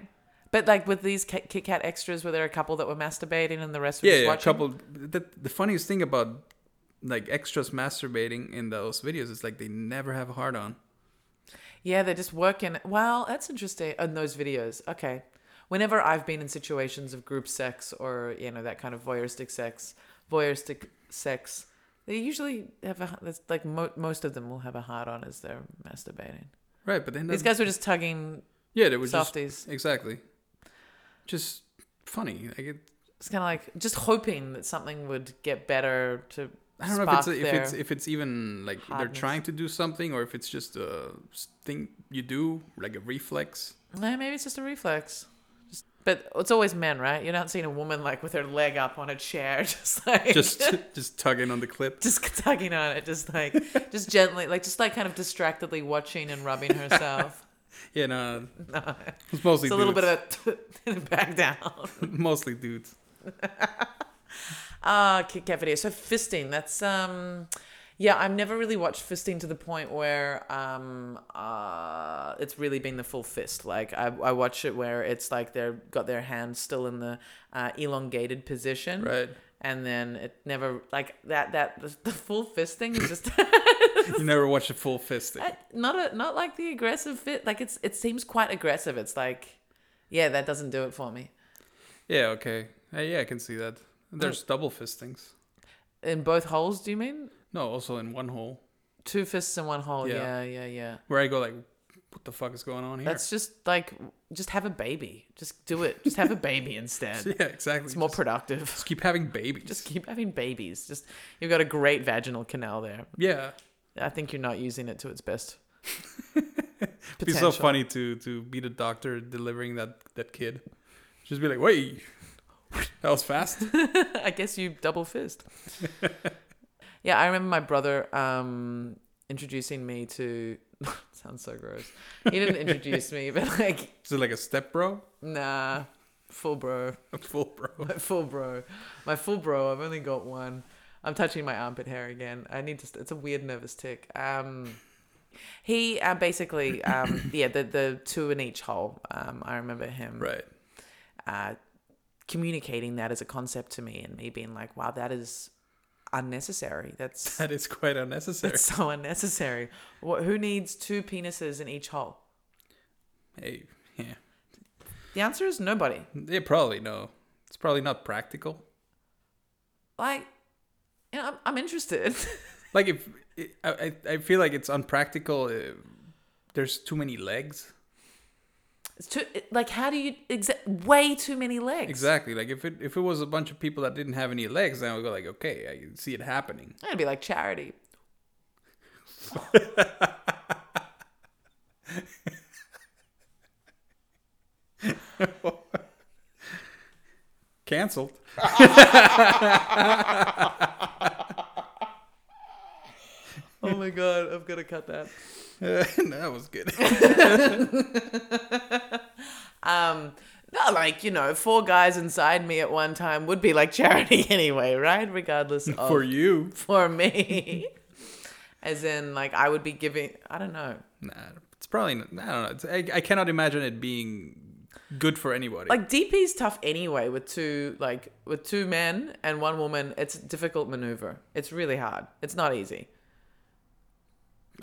Speaker 1: But like with these Ki- Kit Kat extras, were there a couple that were masturbating and the rest were
Speaker 2: yeah,
Speaker 1: just
Speaker 2: yeah, a
Speaker 1: watching?
Speaker 2: couple. The, the funniest thing about like extras masturbating in those videos is like they never have a hard on.
Speaker 1: Yeah, they're just working. Wow, that's interesting. In those videos, okay. Whenever I've been in situations of group sex or you know that kind of voyeuristic sex, voyeuristic sex, they usually have a. That's like mo- most of them will have a hard on as they're masturbating.
Speaker 2: Right, but then
Speaker 1: These
Speaker 2: that-
Speaker 1: guys were just tugging.
Speaker 2: yeah, they were just
Speaker 1: softies.
Speaker 2: exactly just funny. Like it,
Speaker 1: It's kind of like just hoping that something would get better to.
Speaker 2: I don't know if it's
Speaker 1: spark
Speaker 2: if
Speaker 1: their-
Speaker 2: it's if it's even like they're
Speaker 1: hardness.
Speaker 2: trying to do something or if it's just a s- thing you do like a reflex.
Speaker 1: eh, No, maybe it's just a reflex. Just But it's always men, right? You're not seeing a woman like with her leg up on a chair, just like
Speaker 2: Just just tugging on the clip.
Speaker 1: just tugging on it, just like just gently, like just like kind of distractedly watching and rubbing herself.
Speaker 2: Yeah, no,
Speaker 1: no,
Speaker 2: it's mostly
Speaker 1: it's a
Speaker 2: dudes.
Speaker 1: little bit of a back down.
Speaker 2: mostly dudes.
Speaker 1: Ah, Kit Kat video. So fisting. That's um, yeah. I've never really watched fisting to the point where um, uh, it's really been the full fist. Like I, I watch it where it's like they're got their hands still in the uh, elongated position,
Speaker 2: Right.
Speaker 1: and then it never like that. That the, the full fist thing is just
Speaker 2: You never watch a full fist. thing.
Speaker 1: not a not like the aggressive fit. Like it's it seems quite aggressive. It's like, yeah, that doesn't do it for me.
Speaker 2: Yeah, okay. Uh, yeah, I can see that. There's double fistings.
Speaker 1: In both holes, do you mean
Speaker 2: No, also in one hole
Speaker 1: two fists in one hole?
Speaker 2: Yeah.
Speaker 1: yeah, yeah. yeah.
Speaker 2: where I go like, what the fuck is going on here?
Speaker 1: That's just like, just have a baby. Just do it. Just have a baby instead.
Speaker 2: yeah, exactly.
Speaker 1: It's more
Speaker 2: just,
Speaker 1: productive.
Speaker 2: just keep having babies.
Speaker 1: Just keep having babies. Just you've got a great vaginal canal there.
Speaker 2: yeah,
Speaker 1: I think you're not using it to its best.
Speaker 2: it'd be so funny to to be the doctor delivering that that kid. Just be like, wait, that was fast.
Speaker 1: I guess you double fist. yeah, I remember my brother um, introducing me to. sounds so gross. He didn't introduce me, but like,
Speaker 2: Is it like a step bro,
Speaker 1: nah, full bro.
Speaker 2: a full bro?
Speaker 1: My full bro. My full bro. I've only got one. I'm touching my armpit hair again. I need to. St- it's a weird nervous tick. Um, he uh, basically, um, yeah, the the two in each hole. Um, I remember him
Speaker 2: Right.
Speaker 1: uh, communicating that as a concept to me, and me being like, "Wow, that is unnecessary. That's
Speaker 2: That is quite unnecessary.
Speaker 1: that's so unnecessary. What? Who needs two penises in each hole?"
Speaker 2: Hey, yeah,
Speaker 1: The answer is nobody.
Speaker 2: they probably know. It's probably not practical.
Speaker 1: Like, you know, I'm, I'm interested.
Speaker 2: Like if I, I I feel like it's unpractical. If there's too many legs.
Speaker 1: It's too it- like how do you exa- way too many legs?
Speaker 2: Exactly. Like if it if it was a bunch of people that didn't have any legs, then I would go like, okay, I can see it happening.
Speaker 1: It'd be like charity.
Speaker 2: Cancelled.
Speaker 1: Oh my god, I've got to cut that.
Speaker 2: Uh, that was good.
Speaker 1: Um, no, like you know, four guys inside me at one time would be like charity anyway, right? Regardless of
Speaker 2: For you.
Speaker 1: for me, as in like I would be giving. I don't know.
Speaker 2: Nah, it's probably. Not, I don't know. It's, I, I cannot imagine it being good for anybody.
Speaker 1: Like DP's tough anyway with two like with two men and one woman. It's a difficult maneuver. It's really hard. It's not easy.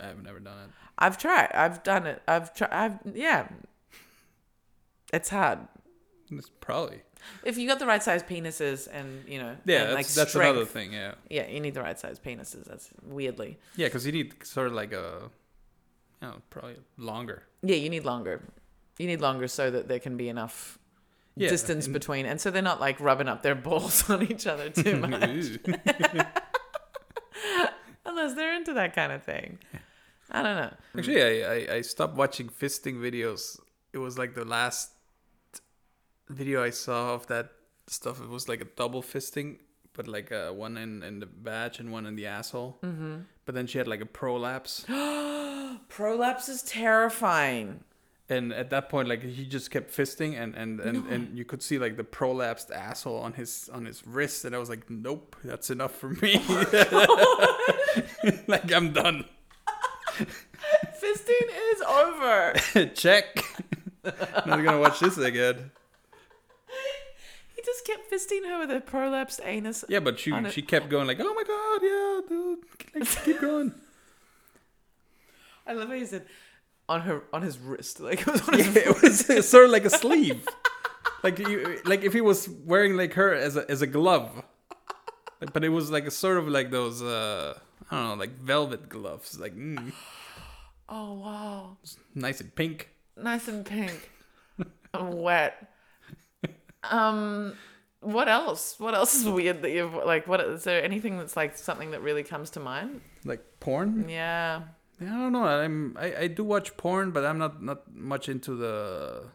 Speaker 2: I've never done it.
Speaker 1: I've tried. I've done it. I've tried. I've yeah. It's hard.
Speaker 2: It's probably.
Speaker 1: If you got the right size penises and you know
Speaker 2: Yeah,
Speaker 1: and,
Speaker 2: that's,
Speaker 1: like
Speaker 2: that's
Speaker 1: strength,
Speaker 2: another thing. Yeah,
Speaker 1: yeah you need the right size penises that's weirdly
Speaker 2: yeah, because you need sort of like a, you know, probably longer.
Speaker 1: yeah you need longer you need longer so that there can be enough
Speaker 2: Yeah,
Speaker 1: distance
Speaker 2: and-
Speaker 1: between and so they're not like rubbing up their balls on each other too much
Speaker 2: Ooh.
Speaker 1: unless they're into that kind of thing i don't know
Speaker 2: Actually, I, I I stopped watching fisting videos. It was like the last video I saw of that stuff. It was like a double fisting, but like uh, one in in the badge and one in the asshole. Mm-hmm. But then she had like a prolapse,
Speaker 1: prolapse is terrifying
Speaker 2: and at that point, like he just kept fisting, and and and, and you could see like the prolapsed asshole on his on his wrist, and I was like, nope, that's enough for me. like I'm done.
Speaker 1: fisting is over
Speaker 2: Check. Not gonna watch this again.
Speaker 1: he just kept fisting her with a prolapsed anus
Speaker 2: Yeah, but she
Speaker 1: on it.
Speaker 2: she kept going like, "Oh my god, yeah, dude, like, keep going."
Speaker 1: i love how he said on her on his wrist like it was on his
Speaker 2: it was it's sort of like a sleeve, like you, like if he was wearing like her as a as a glove, Like, but it was like a sort of like those uh I don't know like velvet gloves, like mm,
Speaker 1: oh wow
Speaker 2: nice and pink.
Speaker 1: nice and pink and wet. Um, what else? What else is weird that you've like? What is there anything that's like something that really comes to mind?
Speaker 2: Like porn?
Speaker 1: Yeah,
Speaker 2: Yeah, I don't know. I'm I, I do watch porn, but I'm not not much into the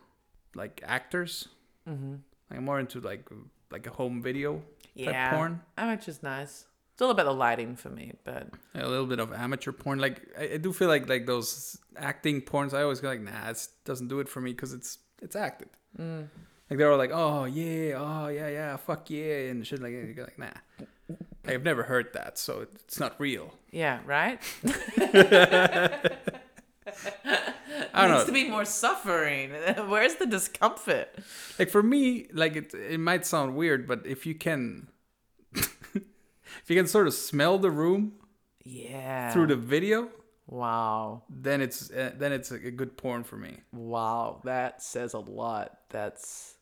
Speaker 2: like actors.
Speaker 1: Mm-hmm.
Speaker 2: Like I'm more into like like a home video
Speaker 1: Yeah.
Speaker 2: type porn.
Speaker 1: Amateur's nice. It's all about the lighting for me, but
Speaker 2: a little bit of amateur porn. Like I, I do feel like like those acting porns. I always go like, nah, it doesn't do it for me because it's it's acted. Mm. Like they're all like, oh yeah, oh yeah, yeah, fuck yeah, and shit like that. You go like, nah, I've never heard that, so it's not real.
Speaker 1: yeah, right?
Speaker 2: I
Speaker 1: needs
Speaker 2: don't
Speaker 1: to
Speaker 2: know.
Speaker 1: be more suffering. Where's the discomfort?
Speaker 2: Like for me, like it it might sound weird, but if you can, if you can sort of smell the room
Speaker 1: Yeah.
Speaker 2: through the video,
Speaker 1: wow.
Speaker 2: then it's uh, then it's a, a good porn for me.
Speaker 1: Wow. That says a lot. That's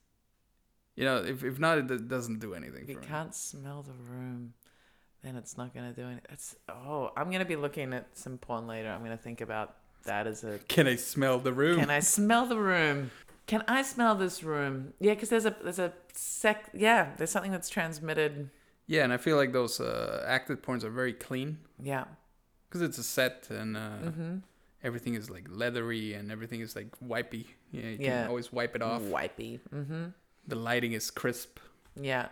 Speaker 2: You know, if if not, it do- doesn't do anything.
Speaker 1: if you
Speaker 2: for me.
Speaker 1: can't smell the room, then it's not gonna do any that's oh, I'm gonna be looking at some porn later. I'm gonna think about that as a
Speaker 2: Can I smell the room?
Speaker 1: Can I smell the room? Can I smell this room? Yeah, because there's a there's a sec. Yeah, there's something that's transmitted.
Speaker 2: Yeah, and I feel like those uh, acted porns are very clean
Speaker 1: Yeah,
Speaker 2: because it's a set and uh,
Speaker 1: Mm-hmm.
Speaker 2: everything is like leathery and everything is like wipey. Yeah, you
Speaker 1: Yeah.
Speaker 2: can always wipe it off.
Speaker 1: wipey. Mm-hmm.
Speaker 2: The lighting is crisp.
Speaker 1: Yeah.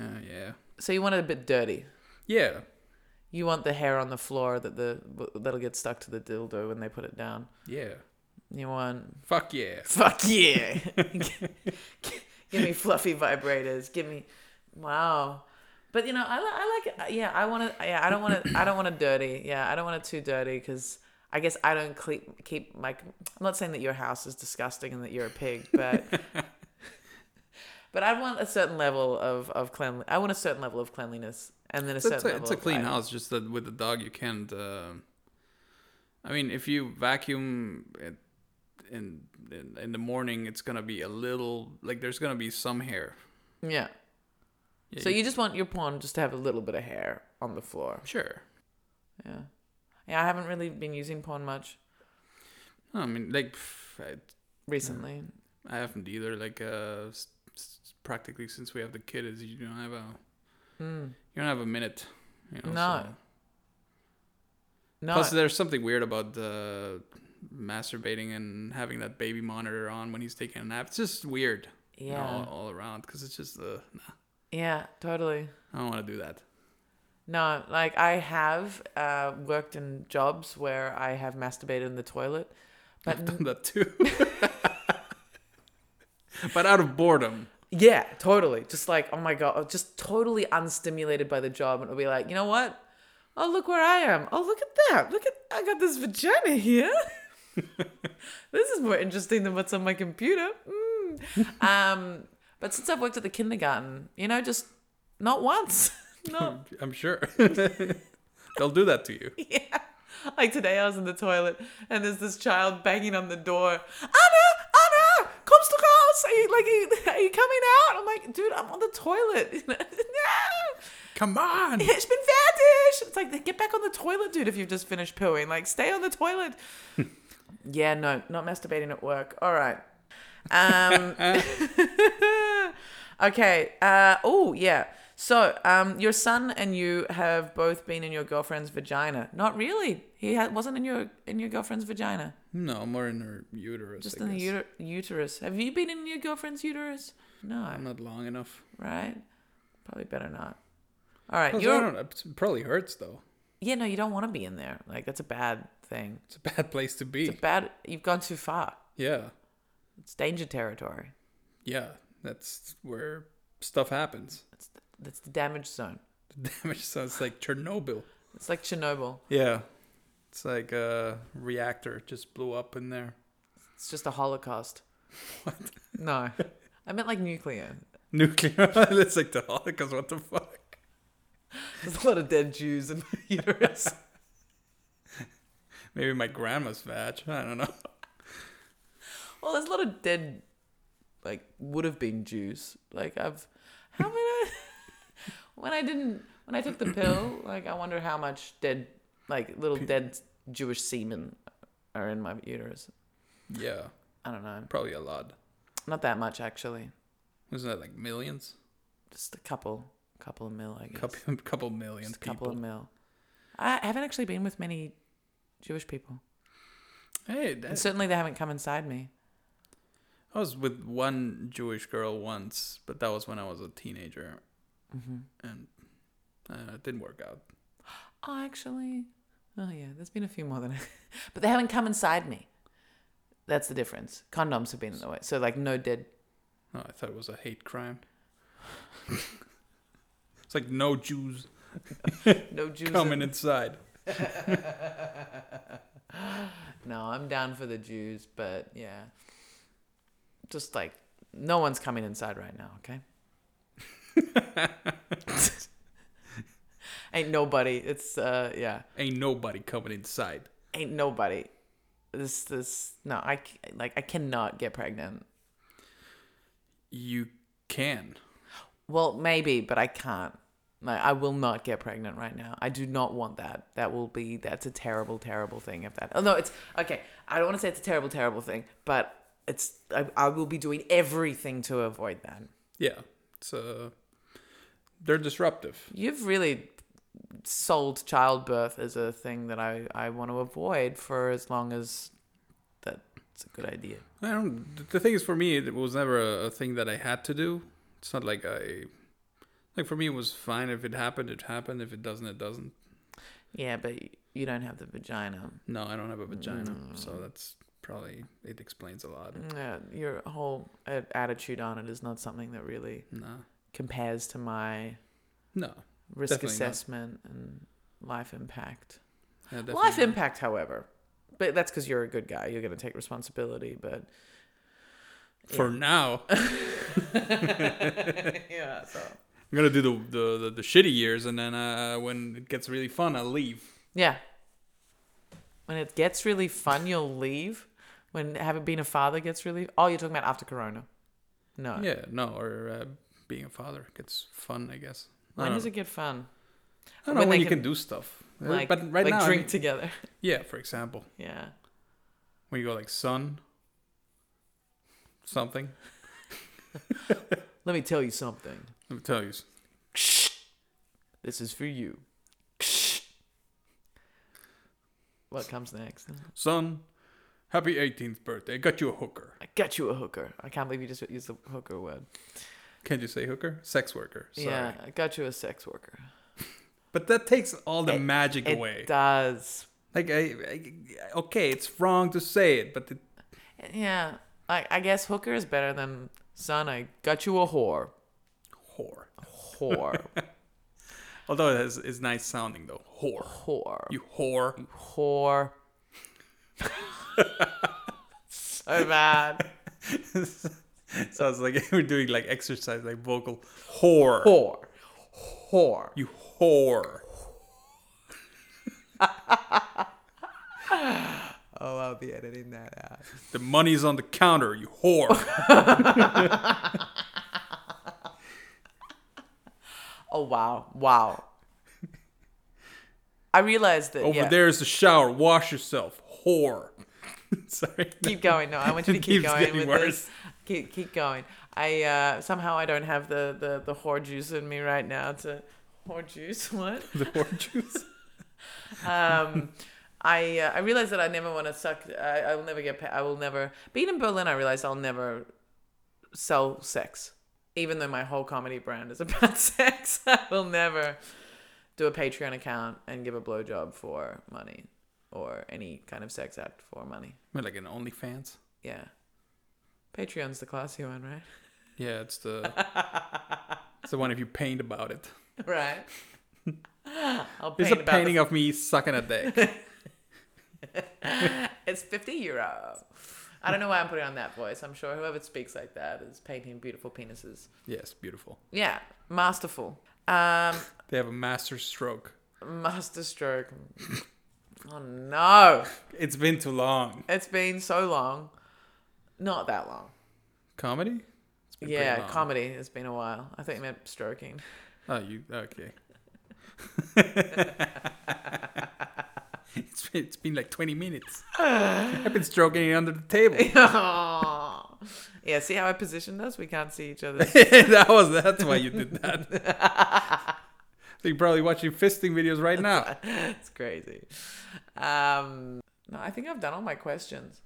Speaker 2: Uh, yeah,
Speaker 1: So you want it a bit dirty.
Speaker 2: yeah,
Speaker 1: You want the hair on the floor that the that'll get stuck to the dildo when they put it down.
Speaker 2: yeah.
Speaker 1: You want
Speaker 2: Fuck yeah.
Speaker 1: fuck yeah. give me fluffy vibrators. Give me wow. But you know, I, li- I like yeah. I want to yeah. I don't want to. I don't want to dirty. Yeah, I don't want it too dirty because I guess I don't keep keep my. I'm not saying that your house is disgusting and that you're a pig, but but I want a certain level of of clean. I want a certain level of cleanliness and then a
Speaker 2: It's,
Speaker 1: certain
Speaker 2: it's a,
Speaker 1: level.
Speaker 2: it's a
Speaker 1: of
Speaker 2: clean
Speaker 1: lighting.
Speaker 2: house, just that with the dog you can't. Uh, I mean, if you vacuum it in, in in the morning, it's gonna be a little like there's gonna be some hair.
Speaker 1: Yeah.
Speaker 2: Yeah,
Speaker 1: So you just want your pawn just to have a little bit of hair on the floor.
Speaker 2: sure.
Speaker 1: Yeah. Yeah, I haven't really been using pawn much
Speaker 2: I mean, like pff, I,
Speaker 1: recently.
Speaker 2: I haven't either. Like uh, s- s- practically since we have the kid, is you don't have a
Speaker 1: Mm.
Speaker 2: you don't have a minute. You know,
Speaker 1: No.
Speaker 2: so-
Speaker 1: No.
Speaker 2: Plus, there's something weird about uh, masturbating and having that baby monitor on when he's taking a nap. It's just weird. you know,
Speaker 1: yeah.
Speaker 2: all, all around because it's just uh, nah,
Speaker 1: Yeah, totally.
Speaker 2: I don't want to do that.
Speaker 1: No, like I have uh, worked in jobs where I have masturbated in the toilet, but
Speaker 2: I've done that too. but out of boredom.
Speaker 1: yeah, totally. Just like oh my god, just totally unstimulated by the job, and it'll be like, you know what? Oh look where I am. Oh look at that. Look at I got this vagina here. this is more interesting than what's on my computer. Mm. um, but since I've worked at the kindergarten, you know, just not once, not
Speaker 2: I'm sure. They'll do that to you.
Speaker 1: Yeah. Like today, I was in the toilet and there's this child banging on the door. Anna, Anna, kommst du raus? Are you like, are you, are you coming out? I'm like, dude, I'm on the toilet. no,
Speaker 2: Come on.
Speaker 1: ich bin fertig. It's like, get back on the toilet, dude. If you've just finished pooing, like, stay on the toilet. yeah, no, not masturbating at work. All right. Um, okay. Uh, oh, yeah. So, um, your son and you have both been in your girlfriend's vagina. Not really. He ha- wasn't in your in your girlfriend's vagina.
Speaker 2: No, more in her uterus.
Speaker 1: Just
Speaker 2: I
Speaker 1: in the
Speaker 2: guess.
Speaker 1: uter- uterus. Have you been in your girlfriend's uterus? No.
Speaker 2: I'm not long enough.
Speaker 1: Right. Probably better not. All right.
Speaker 2: Plus, I
Speaker 1: you're-
Speaker 2: don't know, It probably hurts though.
Speaker 1: yeah, no, you don't want to be in there. Like that's a bad thing.
Speaker 2: It's a bad place to be.
Speaker 1: It's a bad. You've gone too far.
Speaker 2: yeah,
Speaker 1: It's danger territory.
Speaker 2: yeah. That's where stuff happens.
Speaker 1: It's the, that's the damage zone.
Speaker 2: The damage sounds like Chernobyl.
Speaker 1: It's like Chernobyl.
Speaker 2: Yeah, it's like a reactor just blew up in there.
Speaker 1: It's just a holocaust. What? No, I meant like nuclear.
Speaker 2: Nuclear. it's like the Holocaust. What the fuck?
Speaker 1: There's a lot of dead Jews in my uterus.
Speaker 2: Maybe my grandma's batch. I don't know.
Speaker 1: well, there's a lot of dead, like would have been Jews. Like I've, how many? when I didn't, when I took the pill, like I wonder how much dead, like little dead Jewish semen are in my uterus.
Speaker 2: Yeah,
Speaker 1: I don't know.
Speaker 2: probably a lot.
Speaker 1: Not that much actually.
Speaker 2: Isn't that like millions?
Speaker 1: Just a couple, couple of mil, I guess.
Speaker 2: Couple, couple million
Speaker 1: Just a couple
Speaker 2: people.
Speaker 1: of mil. I haven't actually been with many Jewish people,
Speaker 2: Hey,
Speaker 1: and
Speaker 2: that's,
Speaker 1: certainly they haven't come inside me.
Speaker 2: I was with one Jewish girl once, but that was when I was a teenager,
Speaker 1: Mm-hmm.
Speaker 2: and uh, it didn't work out.
Speaker 1: Oh, actually, oh yeah, there's been a few more than, I, but they haven't come inside me. That's the difference. Condoms have been in the way, so like no dead.
Speaker 2: No, I thought it was a hate crime. it's like no Jews
Speaker 1: No Jews. in-
Speaker 2: coming inside.
Speaker 1: No, I'm down for the Jews, but yeah. Just like no one's coming inside right now, okay? ain't nobody. It's uh yeah.
Speaker 2: Ain't nobody coming inside.
Speaker 1: Ain't nobody. This this no, I c- like I cannot get pregnant.
Speaker 2: You can.
Speaker 1: Well, maybe, but I can't. Like I will not get pregnant right now. I do not want that. That will be that's a terrible, terrible thing if that. Oh no, it's okay. I don't want to say it's a terrible, terrible thing, but it's I, I will be doing everything to avoid that.
Speaker 2: Yeah, it's uh, they're disruptive.
Speaker 1: You've really sold childbirth as a thing that I, I want to avoid for as long as that's a good idea.
Speaker 2: I don't. The thing is, for me, it was never a, a thing that I had to do. It's not like I, like for me, it was fine if it happened. It happened. If it doesn't, it doesn't.
Speaker 1: Yeah, but you don't have the vagina.
Speaker 2: No, I don't have a vagina,
Speaker 1: Mm.
Speaker 2: so that's probably it explains a lot.
Speaker 1: Yeah, your whole uh, attitude on it is not something that really
Speaker 2: No,
Speaker 1: compares to my
Speaker 2: no,
Speaker 1: risk
Speaker 2: Definitely not.
Speaker 1: assessment and life impact.
Speaker 2: yeah,
Speaker 1: Life
Speaker 2: definitely.
Speaker 1: impact, however, but that's because you're a good guy. You're going to take responsibility, but
Speaker 2: for now. I'm
Speaker 1: yeah, so.
Speaker 2: gonna do the the, the, the shitty years, and then uh, when it gets really fun, I leave.
Speaker 1: Yeah. When it gets really fun, you'll leave. When having been a father gets really. Oh, you're talking about after Corona. No.
Speaker 2: Yeah, no, or uh, being a father gets fun, I guess. I
Speaker 1: When
Speaker 2: don't,
Speaker 1: does it get fun?
Speaker 2: I don't know
Speaker 1: when
Speaker 2: when,
Speaker 1: they
Speaker 2: you
Speaker 1: can-
Speaker 2: can, do stuff. Uh,
Speaker 1: Like,
Speaker 2: but right
Speaker 1: like
Speaker 2: now, I
Speaker 1: drink
Speaker 2: mean-
Speaker 1: together.
Speaker 2: yeah, for example.
Speaker 1: Yeah.
Speaker 2: When you go like son, something.
Speaker 1: Let me tell you something.
Speaker 2: Let me tell you.
Speaker 1: This is for you. What comes next?
Speaker 2: Son, happy 18th birthday. I got you a hooker.
Speaker 1: I got you a hooker. I can't believe you just used the hooker word.
Speaker 2: Can't you say hooker? Sex worker. Sorry.
Speaker 1: Yeah, I got you a sex worker.
Speaker 2: But that takes all the
Speaker 1: It-
Speaker 2: magic
Speaker 1: It
Speaker 2: away.
Speaker 1: does.
Speaker 2: Like, I, I, okay, it's wrong to say it, but it,
Speaker 1: Yeah, I, I guess hooker is better than son. I got you a whore.
Speaker 2: whore.
Speaker 1: Whore.
Speaker 2: Although it has, it's nice sounding though. Whore.
Speaker 1: whore.
Speaker 2: You whore.
Speaker 1: whore. so bad.
Speaker 2: Sounds like we're doing like exercise, like vocal. Whore.
Speaker 1: Whore. Whore.
Speaker 2: You whore.
Speaker 1: Oh, I'll be editing that out.
Speaker 2: The money's on the counter. You whore.
Speaker 1: Oh, wow. Wow. I realized that.
Speaker 2: Over
Speaker 1: yeah.
Speaker 2: there's the shower. Wash yourself. Whore. Sorry.
Speaker 1: Keep going. No, I want you to
Speaker 2: It
Speaker 1: keep
Speaker 2: keeps
Speaker 1: going
Speaker 2: getting
Speaker 1: with
Speaker 2: worse.
Speaker 1: this. Keep, keep going. I uh, somehow I don't have the, the, the whore juice in me right now to whore juice. What?
Speaker 2: the whore juice.
Speaker 1: um, I uh, I realized that I never want to suck. I, I will never get. Pa- I will never. Being in Berlin, I realized I'll never sell sex, even though my whole comedy brand is about sex. I will never do a Patreon account and give a blowjob for money or any kind of sex act for money.
Speaker 2: Like an OnlyFans.
Speaker 1: Yeah, Patreon's the classy one, right?
Speaker 2: Yeah, it's the it's the one if you paint about it.
Speaker 1: right. I'll
Speaker 2: It's
Speaker 1: paint
Speaker 2: a
Speaker 1: about the-
Speaker 2: painting of me sucking a dick.
Speaker 1: It's 50 euro. I don't know why I'm putting on that voice. I'm sure whoever speaks like that is painting beautiful penises.
Speaker 2: yes, beautiful.
Speaker 1: Yeah, masterful. Um,
Speaker 2: They have a master stroke.
Speaker 1: master stroke. Oh no,
Speaker 2: It's been too long.
Speaker 1: it's been so long. Not that long.
Speaker 2: Comedy? It's been pretty
Speaker 1: yeah,
Speaker 2: long.
Speaker 1: comedy. It's been a while. I think you meant stroking.
Speaker 2: Oh, you okay? it's been, it's been like twenty minutes. I've been stroking it under the table.
Speaker 1: Aw. yeah, see how I positioned us? We can't see each other.
Speaker 2: that was that's why you did that. so you're probably watching fisting videos right now.
Speaker 1: it's crazy. Um, no, I think I've done all my questions.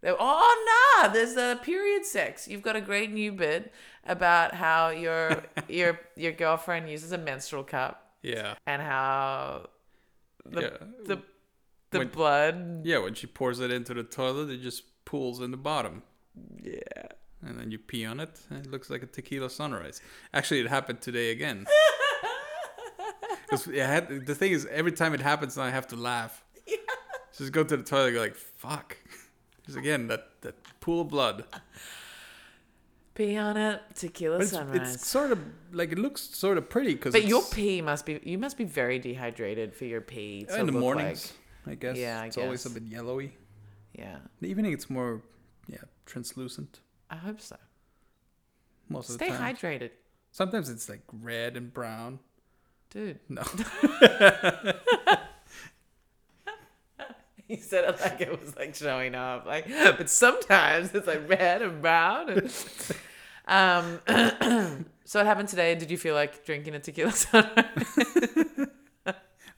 Speaker 1: They- oh nah, there's the period sex. You've got a great new bit about how your your your girlfriend uses a menstrual cup
Speaker 2: Yeah.
Speaker 1: and how the
Speaker 2: Yeah.
Speaker 1: the the
Speaker 2: When-
Speaker 1: blood.
Speaker 2: Yeah, when she pours it into the toilet, it just pools in the bottom.
Speaker 1: Yeah.
Speaker 2: And then you pee on it, and it looks like a tequila sunrise. Actually, it happened today again. 'Cause it had- the thing is, every time it happens, I have to laugh. Just go to the toilet and go like, fuck. Just again, that, that pool of blood.
Speaker 1: Pee on it, tequila
Speaker 2: But it's,
Speaker 1: sunrise.
Speaker 2: it's sort of, like, it looks sort of pretty. Cause
Speaker 1: but your
Speaker 2: it's-
Speaker 1: pee must be you must be very dehydrated for your pee. To
Speaker 2: in the
Speaker 1: look
Speaker 2: mornings, I guess.
Speaker 1: Yeah, I
Speaker 2: it's always a
Speaker 1: guess.
Speaker 2: bit yellowy.
Speaker 1: Like, yeah.
Speaker 2: In the evening, it's more, yeah, translucent
Speaker 1: I hope so.
Speaker 2: most
Speaker 1: Stay
Speaker 2: of the time.
Speaker 1: hydrated,
Speaker 2: Sometimes it's like red and brown.
Speaker 1: dude.
Speaker 2: No,
Speaker 1: He said it like it was like showing off. Like, but sometimes it's like red and brown. And, um, so it happened today. Did you feel like drinking a tequila sunrise?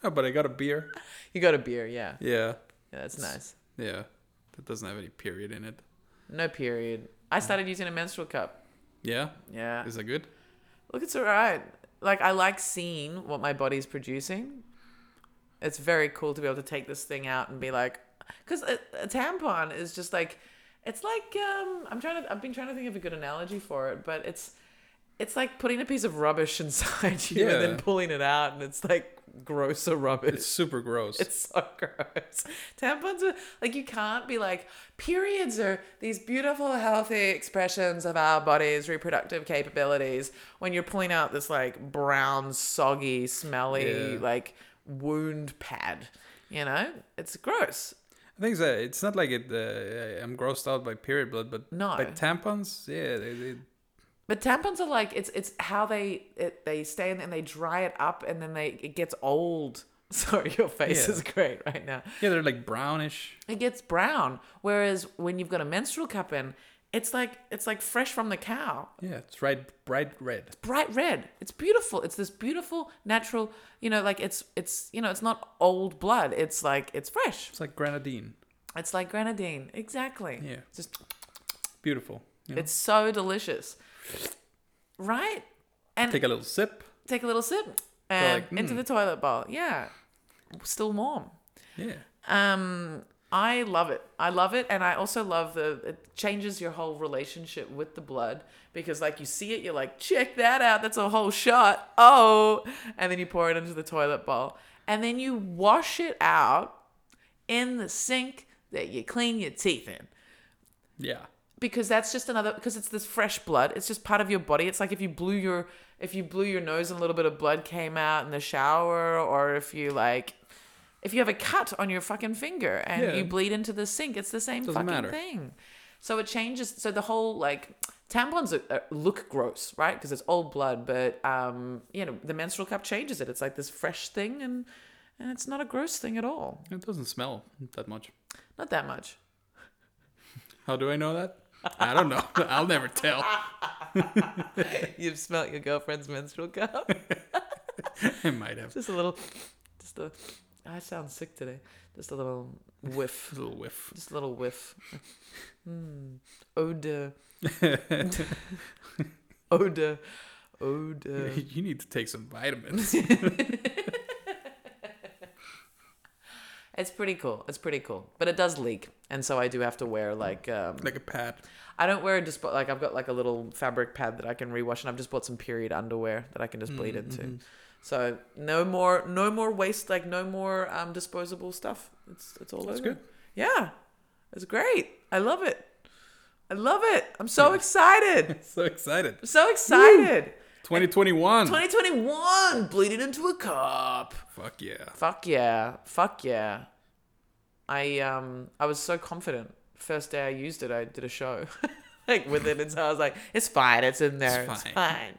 Speaker 2: oh, but I got a beer.
Speaker 1: you got a beer, yeah.
Speaker 2: Yeah,
Speaker 1: yeah. That's nice.
Speaker 2: yeah. That doesn't have any period in it.
Speaker 1: No period. I started using a menstrual cup.
Speaker 2: Yeah,
Speaker 1: Yeah.
Speaker 2: is that good?
Speaker 1: Look, it's all right. Like, I like seeing what my body's producing. It's very cool to be able to take this thing out and be like, because a, a tampon is just like, it's like um, I'm trying to. I've been trying to think of a good analogy for it, but it's it's like putting a piece of rubbish inside you and then
Speaker 2: Yeah.
Speaker 1: pulling it out, and it's like grosser rubbish.
Speaker 2: It's super gross.
Speaker 1: It's so gross. Tampons are like you can't be like periods are these beautiful, healthy expressions of our body's reproductive capabilities when you're pulling out this like brown, soggy, smelly
Speaker 2: Yeah.
Speaker 1: like wound pad. You know, it's gross.
Speaker 2: I think that it's not like it. Uh, I'm grossed out by period blood, but
Speaker 1: No.
Speaker 2: by tampons, yeah, they, they,
Speaker 1: But tampons are like it's it's how they it, they stay in and they dry it up and then they it gets old. Sorry, your face
Speaker 2: Yeah.
Speaker 1: is great right now.
Speaker 2: yeah, they're like brownish.
Speaker 1: it gets brown. Whereas when you've got a menstrual cup in, it's like it's like fresh from the cow,
Speaker 2: Yeah, it's right, bright red.
Speaker 1: bright red. It's beautiful. It's this beautiful natural, you know, like it's it's you know, it's not old blood. It's like it's fresh.
Speaker 2: It's like grenadine.
Speaker 1: It's like grenadine. Exactly.
Speaker 2: Yeah.
Speaker 1: It's just
Speaker 2: Beautiful. You know?
Speaker 1: it's so delicious. Right? And
Speaker 2: Take
Speaker 1: take
Speaker 2: a little sip.
Speaker 1: a, little sip and
Speaker 2: like, hmm.
Speaker 1: into the toilet bowl. Yeah. Still warm.
Speaker 2: Yeah,
Speaker 1: Um, I love it. I love it, and I also love the. It changes your whole relationship with the blood because, like, you see it, you're like, check that out. That's a whole shot. Oh, and then you pour it into the toilet bowl, and then you wash it out in the sink that you clean your teeth in
Speaker 2: yeah.
Speaker 1: because that's just another because it's this fresh blood it's just part of your body it's like if you blew your if you blew your nose and a little bit of blood came out in the shower or if you like if you have a cut on your fucking finger and
Speaker 2: Yeah.
Speaker 1: you bleed into the sink it's the same
Speaker 2: Doesn't
Speaker 1: fucking
Speaker 2: matter.
Speaker 1: thing so it changes so the whole like tampons are, are, look gross right because it's old blood but um you know the menstrual cup changes it it's like this fresh thing and and it's not a gross thing at all
Speaker 2: It doesn't smell that much.
Speaker 1: not that much
Speaker 2: How do I know that? I don't know. I'll never tell.
Speaker 1: you've smelt your girlfriend's menstrual cup
Speaker 2: I might have
Speaker 1: just a little just a i sound sick today just a little whiff
Speaker 2: a little whiff.
Speaker 1: just a little whiff mm. odor odor odor
Speaker 2: you need to take some vitamins.
Speaker 1: it's pretty cool it's pretty cool but it does leak and so i do have to wear like um
Speaker 2: like a pad.
Speaker 1: i don't wear a disp- like i've got like a little fabric pad that i can rewash and i've just bought some period underwear that i can just bleed
Speaker 2: Mm, mm-hmm.
Speaker 1: into so no more no more waste like no more um disposable stuff it's it's all
Speaker 2: That's
Speaker 1: over.
Speaker 2: good.
Speaker 1: Yeah, it's great. I love it. I love it. I'm so excited.
Speaker 2: So excited.
Speaker 1: I'm so excited.
Speaker 2: 2021.
Speaker 1: 2021, bleeding into a cup.
Speaker 2: Fuck yeah.
Speaker 1: Fuck yeah. Fuck yeah. I um I was so confident. First day I used it, I did a show. like with it and so I was like, it's fine, it's in there,
Speaker 2: It's
Speaker 1: it's fine.
Speaker 2: fine.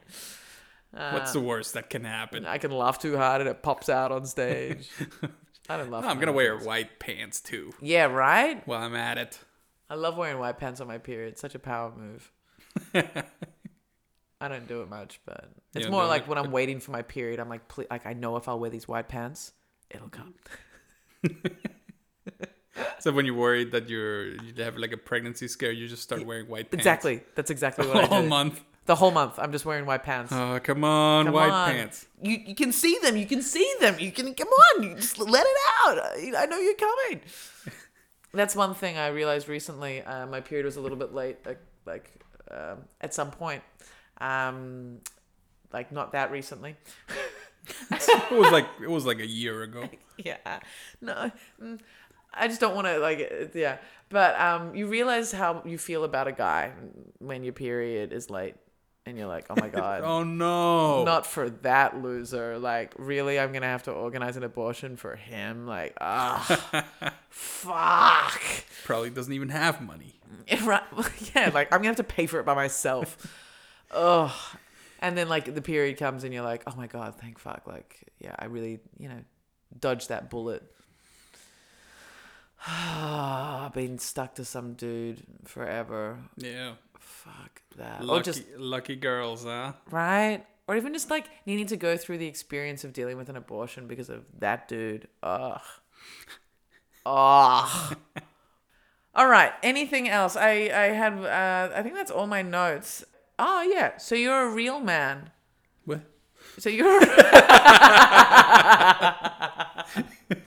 Speaker 1: Uh,
Speaker 2: What's the worst that can happen?
Speaker 1: And I can laugh too hard and it pops out on stage. I don't laugh.
Speaker 2: I'm
Speaker 1: too
Speaker 2: gonna
Speaker 1: hard.
Speaker 2: wear white pants too
Speaker 1: Yeah, right?
Speaker 2: while I'm at it.
Speaker 1: I love wearing white pants on my period. Such a power move. I don't do it much, but it's
Speaker 2: Yeah,
Speaker 1: more
Speaker 2: no,
Speaker 1: like
Speaker 2: like-
Speaker 1: when I'm waiting for my period, I'm like, please, like I know if I'll wear these white pants, it'll come.
Speaker 2: so when you're worried that you're you have like a pregnancy scare, you just start wearing white pants.
Speaker 1: E, Exactly. That's exactly what
Speaker 2: The
Speaker 1: I
Speaker 2: whole
Speaker 1: did.
Speaker 2: month.
Speaker 1: The whole month. I'm just wearing white pants.
Speaker 2: Oh, come on,
Speaker 1: Come
Speaker 2: white
Speaker 1: on.
Speaker 2: pants.
Speaker 1: You you can see them. You can see them. You can come on. You just let it out. I, I know you're coming. That's one thing I realized recently. Uh, my period was a little bit late. Like like um at some point, um, like not that recently.
Speaker 2: It was like it was like a year ago.
Speaker 1: yeah no mm, i just don't want to like it- yeah but um you realize how you feel about a guy when your period is late and you're like oh my god
Speaker 2: Oh no.
Speaker 1: not for that loser like really i'm gonna have to organize an abortion for him like ah fuck
Speaker 2: Probably doesn't even have money.
Speaker 1: Right. yeah like i'm gonna have to pay for it by myself Ugh. and then like the period comes and you're like oh my god thank fuck like yeah i really you know dodged that bullet I've been stuck to some dude forever.
Speaker 2: Yeah.
Speaker 1: Fuck that.
Speaker 2: Lucky,
Speaker 1: Or just
Speaker 2: lucky girls, huh?
Speaker 1: right? Or even just like needing to go through the experience of dealing with an abortion because of that dude. Ugh. Ugh. all right. Anything else? I I had uh, I think that's all my notes. Oh yeah. So you're a real man.
Speaker 2: What?
Speaker 1: So you're.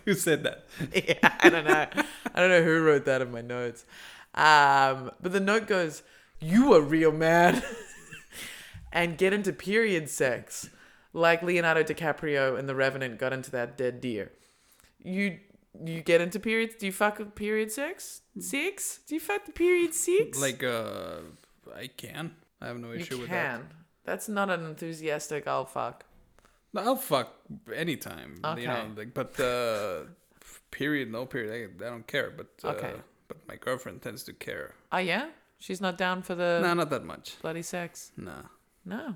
Speaker 2: Who said that?
Speaker 1: yeah, I don't know. I don't know who wrote that in my notes. Um, but the note goes, "You a real man, and get into period sex, like Leonardo DiCaprio in The Revenant got into that dead deer. You you get into period? Do you fuck with period sex? Six? Do you fuck the period six?
Speaker 2: Like, uh, I can. I have no
Speaker 1: you
Speaker 2: issue
Speaker 1: can.
Speaker 2: with that.
Speaker 1: That's not an enthusiastic. I'll fuck.
Speaker 2: No, I'll fuck anytime. You know,
Speaker 1: Okay.
Speaker 2: like, but uh, period, no period. I, I don't care. But uh,
Speaker 1: Okay.
Speaker 2: But my girlfriend tends to care.
Speaker 1: Oh yeah, she's not down for the
Speaker 2: no, not that much.
Speaker 1: bloody sex.
Speaker 2: No,
Speaker 1: No.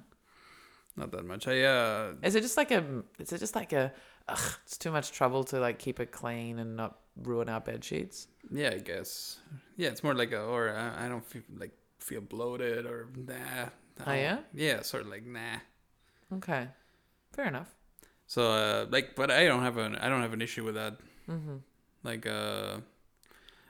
Speaker 2: not that much. I uh,
Speaker 1: Is it just like a? Is it just like a? Ugh, it's too much trouble to like keep it clean and not ruin our bed sheets.
Speaker 2: yeah, I guess. Yeah, it's more like a or uh, I, I don't feel like feel bloated or nah. I
Speaker 1: Oh, yeah?
Speaker 2: don't- Yeah, sort of like nah.
Speaker 1: Okay, fair enough.
Speaker 2: So uh, like, but I don't have an I don't have an issue with that. Mm-hmm. Like uh,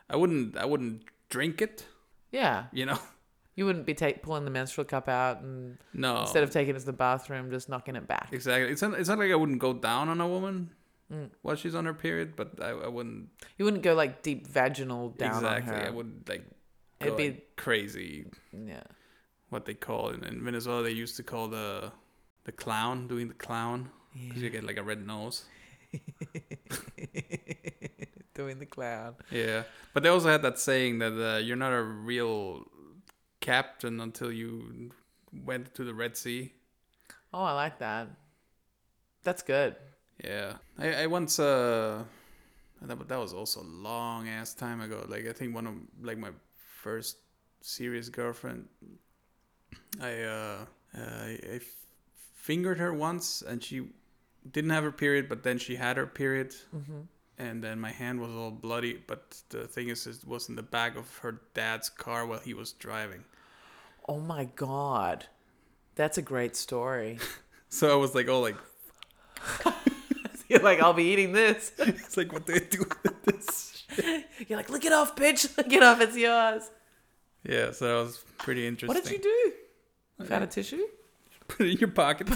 Speaker 2: I wouldn't I wouldn't drink it.
Speaker 1: Yeah,
Speaker 2: You know,
Speaker 1: you wouldn't be take, pulling the menstrual cup out and
Speaker 2: no.
Speaker 1: instead of taking it to the bathroom, just knocking it back.
Speaker 2: exactly, it's not it's not like I wouldn't go down on a woman
Speaker 1: Mm.
Speaker 2: while she's on her period, but I, I wouldn't
Speaker 1: You wouldn't go like deep vaginal down
Speaker 2: exactly.
Speaker 1: on her.
Speaker 2: I would like go,
Speaker 1: It'd be-
Speaker 2: like, crazy.
Speaker 1: Yeah.
Speaker 2: What they call in, in Venezuela, they used to call the the clown doing the clown because you get like a red nose.
Speaker 1: Doing the clown.
Speaker 2: Yeah, but they also had that saying that uh, you're not a real captain until you went to the Red Sea.
Speaker 1: Oh, I like that. That's good.
Speaker 2: Yeah, I, I once uh, that, but that was also a long ass time ago. Like I think one of like my first serious girlfriend, I uh, I, I f- fingered her once, and she didn't have her period, but then she had her period.
Speaker 1: Mm-hmm.
Speaker 2: And then my hand was all bloody, but the thing is, it was in the back of her dad's car while he was driving.
Speaker 1: Oh my god, that's a great story.
Speaker 2: So I was like, "Oh, like
Speaker 1: You're like, I'll be eating this.
Speaker 2: it's like what do I do with this?"
Speaker 1: You're like, lick it off, bitch. Lick it off. It's yours.
Speaker 2: Yeah, so that was pretty interesting.
Speaker 1: What did you do? Found a tissue?
Speaker 2: put it in your pocket?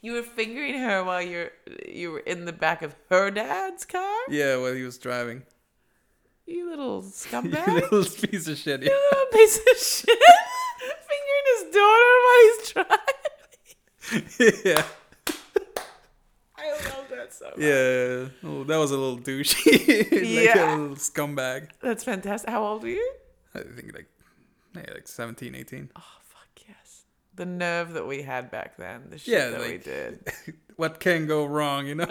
Speaker 1: You were fingering her while you're you were in the back of her dad's car.
Speaker 2: yeah, while he was driving.
Speaker 1: You little
Speaker 2: You
Speaker 1: scumbag! you
Speaker 2: little piece of shit. Yeah.
Speaker 1: little piece of shit. fingering his daughter while he's driving.
Speaker 2: yeah.
Speaker 1: I love that so. Much.
Speaker 2: Yeah. Oh, that was a little douchey. like
Speaker 1: Yeah.
Speaker 2: a little scumbag.
Speaker 1: That's fantastic. How old are you?
Speaker 2: I think like yeah, like 17, 18.
Speaker 1: Oh fuck yes! The nerve that we had back then. The shit
Speaker 2: Yeah,
Speaker 1: that we
Speaker 2: like-
Speaker 1: did.
Speaker 2: What can go wrong, you know?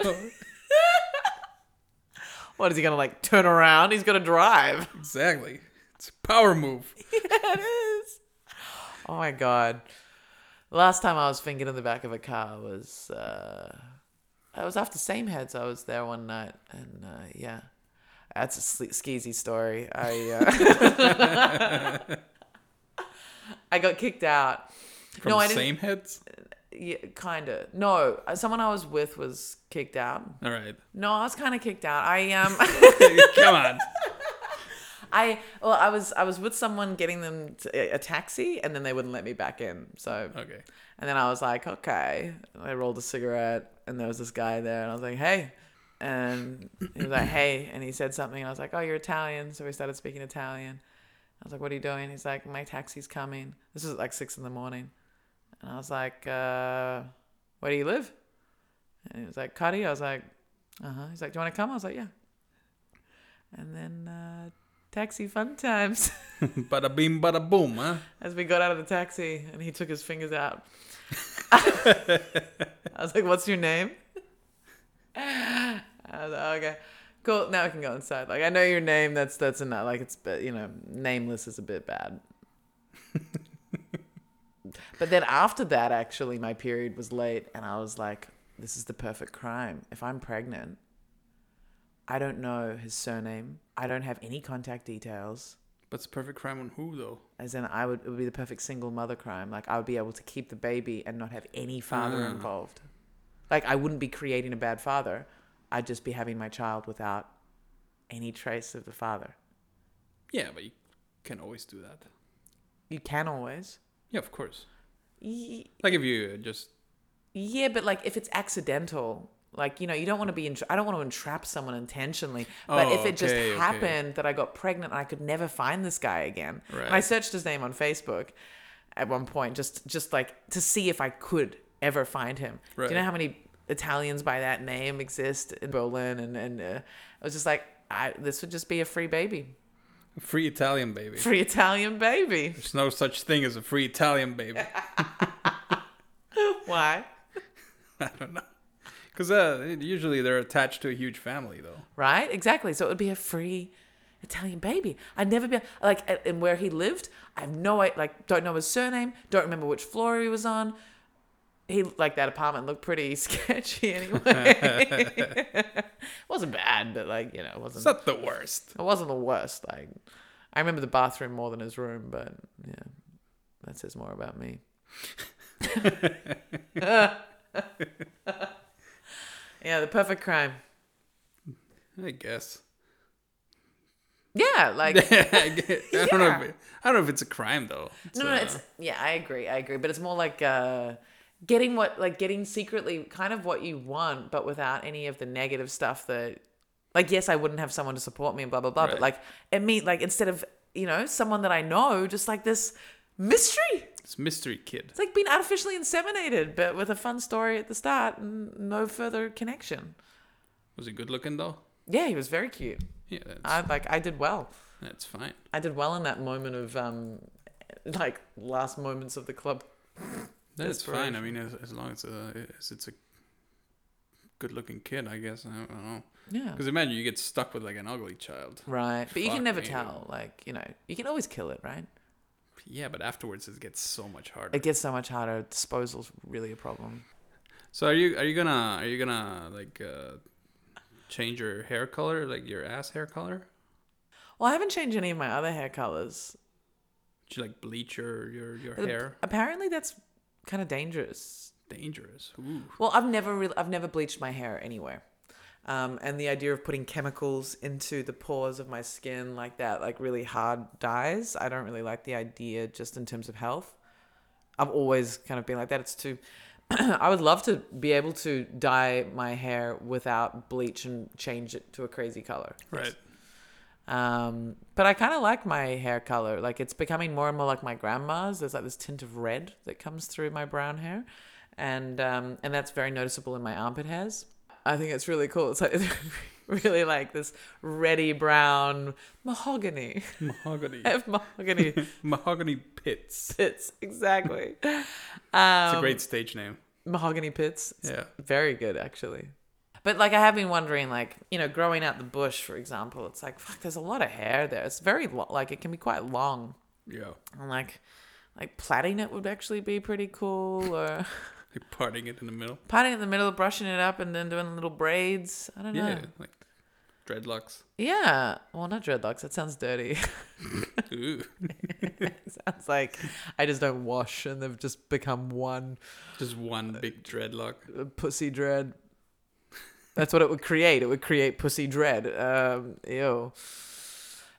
Speaker 1: What is he gonna like? Turn around? He's gonna drive.
Speaker 2: exactly. It's a power move.
Speaker 1: it is. Oh my god. Last time I was fingered in the back of a car was uh I was after same heads. I was there one night and uh yeah. That's a sle- skeezy story. I uh I got kicked out.
Speaker 2: From
Speaker 1: No, I didn't-
Speaker 2: same heads?
Speaker 1: yeah, kinda. No, uh, someone I was with was kicked out.
Speaker 2: All right.
Speaker 1: No, I was kind of kicked out. I um,
Speaker 2: Come on.
Speaker 1: I well, I was I was with someone getting them t a a taxi, and then they wouldn't let me back in. So
Speaker 2: Okay.
Speaker 1: And then I was like, okay. And I rolled a cigarette, and there was this guy there, and I was like, hey. And he was like, hey. And he said something, and I was like, oh, you're Italian. So we started speaking Italian. I was like, what are you doing? He's like, my taxi's coming. This was like six in the morning. And I was like, uh, where do you live? And he was like, Cuddy. I was like, uh huh. He's like, do you want to come? I was like, yeah. And then uh, taxi fun times.
Speaker 2: Bada bing, bada boom, huh?
Speaker 1: as we got out of the taxi and he took his fingers out. I was like, What's your name? I was like, "Oh, okay. Cool. Now I can go inside. Like I know your name, that's that's enough. Like it's but you know, nameless is a bit bad. but then after that actually my period was late and I was like, This is the perfect crime. If I'm pregnant, I don't know his surname. I don't have any contact details
Speaker 2: That's a perfect crime on who, though?
Speaker 1: as in I would it would be the perfect single mother crime. Like I would be able to keep the baby and not have any father
Speaker 2: Ah.
Speaker 1: involved. Like I wouldn't be creating a bad father. I'd just be having my child without any trace of the father.
Speaker 2: Yeah, but you can always do that.
Speaker 1: You can always.
Speaker 2: Yeah, of course.
Speaker 1: Y-
Speaker 2: Like if you just
Speaker 1: Yeah, but like if it's accidental, like you know, you don't want to be. Entra- I don't want to entrap someone intentionally. But
Speaker 2: Oh,
Speaker 1: if it just
Speaker 2: okay, okay.
Speaker 1: happened that I got pregnant and I could never find this guy again, and I
Speaker 2: Right.
Speaker 1: searched his name on Facebook at one point, just just like to see if I could ever find him. Do you know
Speaker 2: Right.
Speaker 1: how many Italians by that name exist in Berlin? And and uh, I was just like, I this would just be a free baby,
Speaker 2: free Italian baby.
Speaker 1: free Italian baby.
Speaker 2: There's no such thing as a free Italian baby.
Speaker 1: Why?
Speaker 2: I don't know. Because uh, usually they're attached to a huge family, though.
Speaker 1: right? Exactly. So it would be a free Italian baby. I'd never be like, a- and where he lived, I have no i- like, don't know his surname, don't remember which floor he was on. He like that apartment looked pretty sketchy anyway. wasn't bad, but like you know, it
Speaker 2: It's
Speaker 1: wasn't
Speaker 2: not the worst.
Speaker 1: it wasn't the worst. Like I remember the bathroom more than his room, but yeah, that says more about me. yeah, the perfect crime.
Speaker 2: I guess.
Speaker 1: Yeah, like
Speaker 2: I get- I don't know.
Speaker 1: Yeah.
Speaker 2: If it- I don't know if it's a crime though.
Speaker 1: No, no,
Speaker 2: uh,
Speaker 1: it's yeah, I agree, I agree, but it's more like uh, getting what, like getting secretly kind of what you want, but without any of the negative stuff that, like, yes, I wouldn't have someone to support me and blah blah blah, but
Speaker 2: Right.
Speaker 1: like it mean like instead of you know someone that I know, just like this mystery.
Speaker 2: it's mystery kid.
Speaker 1: It's like being artificially inseminated, but with a fun story at the start and no further connection.
Speaker 2: Was he good looking though?
Speaker 1: Yeah, he was very cute.
Speaker 2: Yeah, that's,
Speaker 1: I like, I did well.
Speaker 2: that's fine.
Speaker 1: I did well in that moment of um, like last moments of the club
Speaker 2: That's fine. I mean, as, as long as, uh, as it's a good looking kid, I guess. I don't, know.
Speaker 1: Yeah.
Speaker 2: Because imagine you get stuck with like an ugly child.
Speaker 1: Right. But you can
Speaker 2: Fuck
Speaker 1: never
Speaker 2: me.
Speaker 1: tell. Like, you know, you can always kill it, right?
Speaker 2: Yeah, but afterwards it gets so much harder.
Speaker 1: It gets so much harder. Disposal's really a problem.
Speaker 2: So are you are you gonna are you gonna like uh, change your hair color, like your ass hair color?
Speaker 1: Well, I haven't changed any of my other hair colors.
Speaker 2: Did you like bleach your your, your
Speaker 1: But
Speaker 2: hair?
Speaker 1: Apparently that's kind of dangerous.
Speaker 2: Dangerous. Ooh.
Speaker 1: Well, I've never really I've never bleached my hair anywhere. Um, and the idea of putting chemicals into the pores of my skin like that, like really hard dyes, I don't really like the idea just in terms of health. I've always kind of been like that. It's too. I would love to be able to dye my hair without bleach and change it to a crazy color.
Speaker 2: Right.
Speaker 1: Um, but I kind of like my hair color. Like it's becoming more and more like my grandma's. There's like this tint of red that comes through my brown hair, and um, and that's very noticeable in my armpit hairs. I think it's really cool. It's like really like this reddy brown mahogany.
Speaker 2: Mahogany.
Speaker 1: I have mahogany
Speaker 2: Mahogany Pits.
Speaker 1: pits exactly. Um,
Speaker 2: It's a great stage name.
Speaker 1: mahogany pits. It's
Speaker 2: Yeah.
Speaker 1: very good actually. But like I have been wondering, like you know, growing out the bush, for example, it's like fuck. There's a lot of hair there. It's very lo- like it can be quite long.
Speaker 2: Yeah.
Speaker 1: And like, like plaiting it would actually be pretty cool, or
Speaker 2: Like parting it in the middle.
Speaker 1: parting it in the middle, brushing it up, and uh, then doing little braids. I don't know.
Speaker 2: Yeah. Like dreadlocks.
Speaker 1: Yeah. Well, not dreadlocks. That sounds dirty.
Speaker 2: Ooh.
Speaker 1: sounds like I just don't wash and they've just become one
Speaker 2: Just one big dreadlock.
Speaker 1: uh, pussy dread. That's what it would create. It would create pussy dread. Um, ew.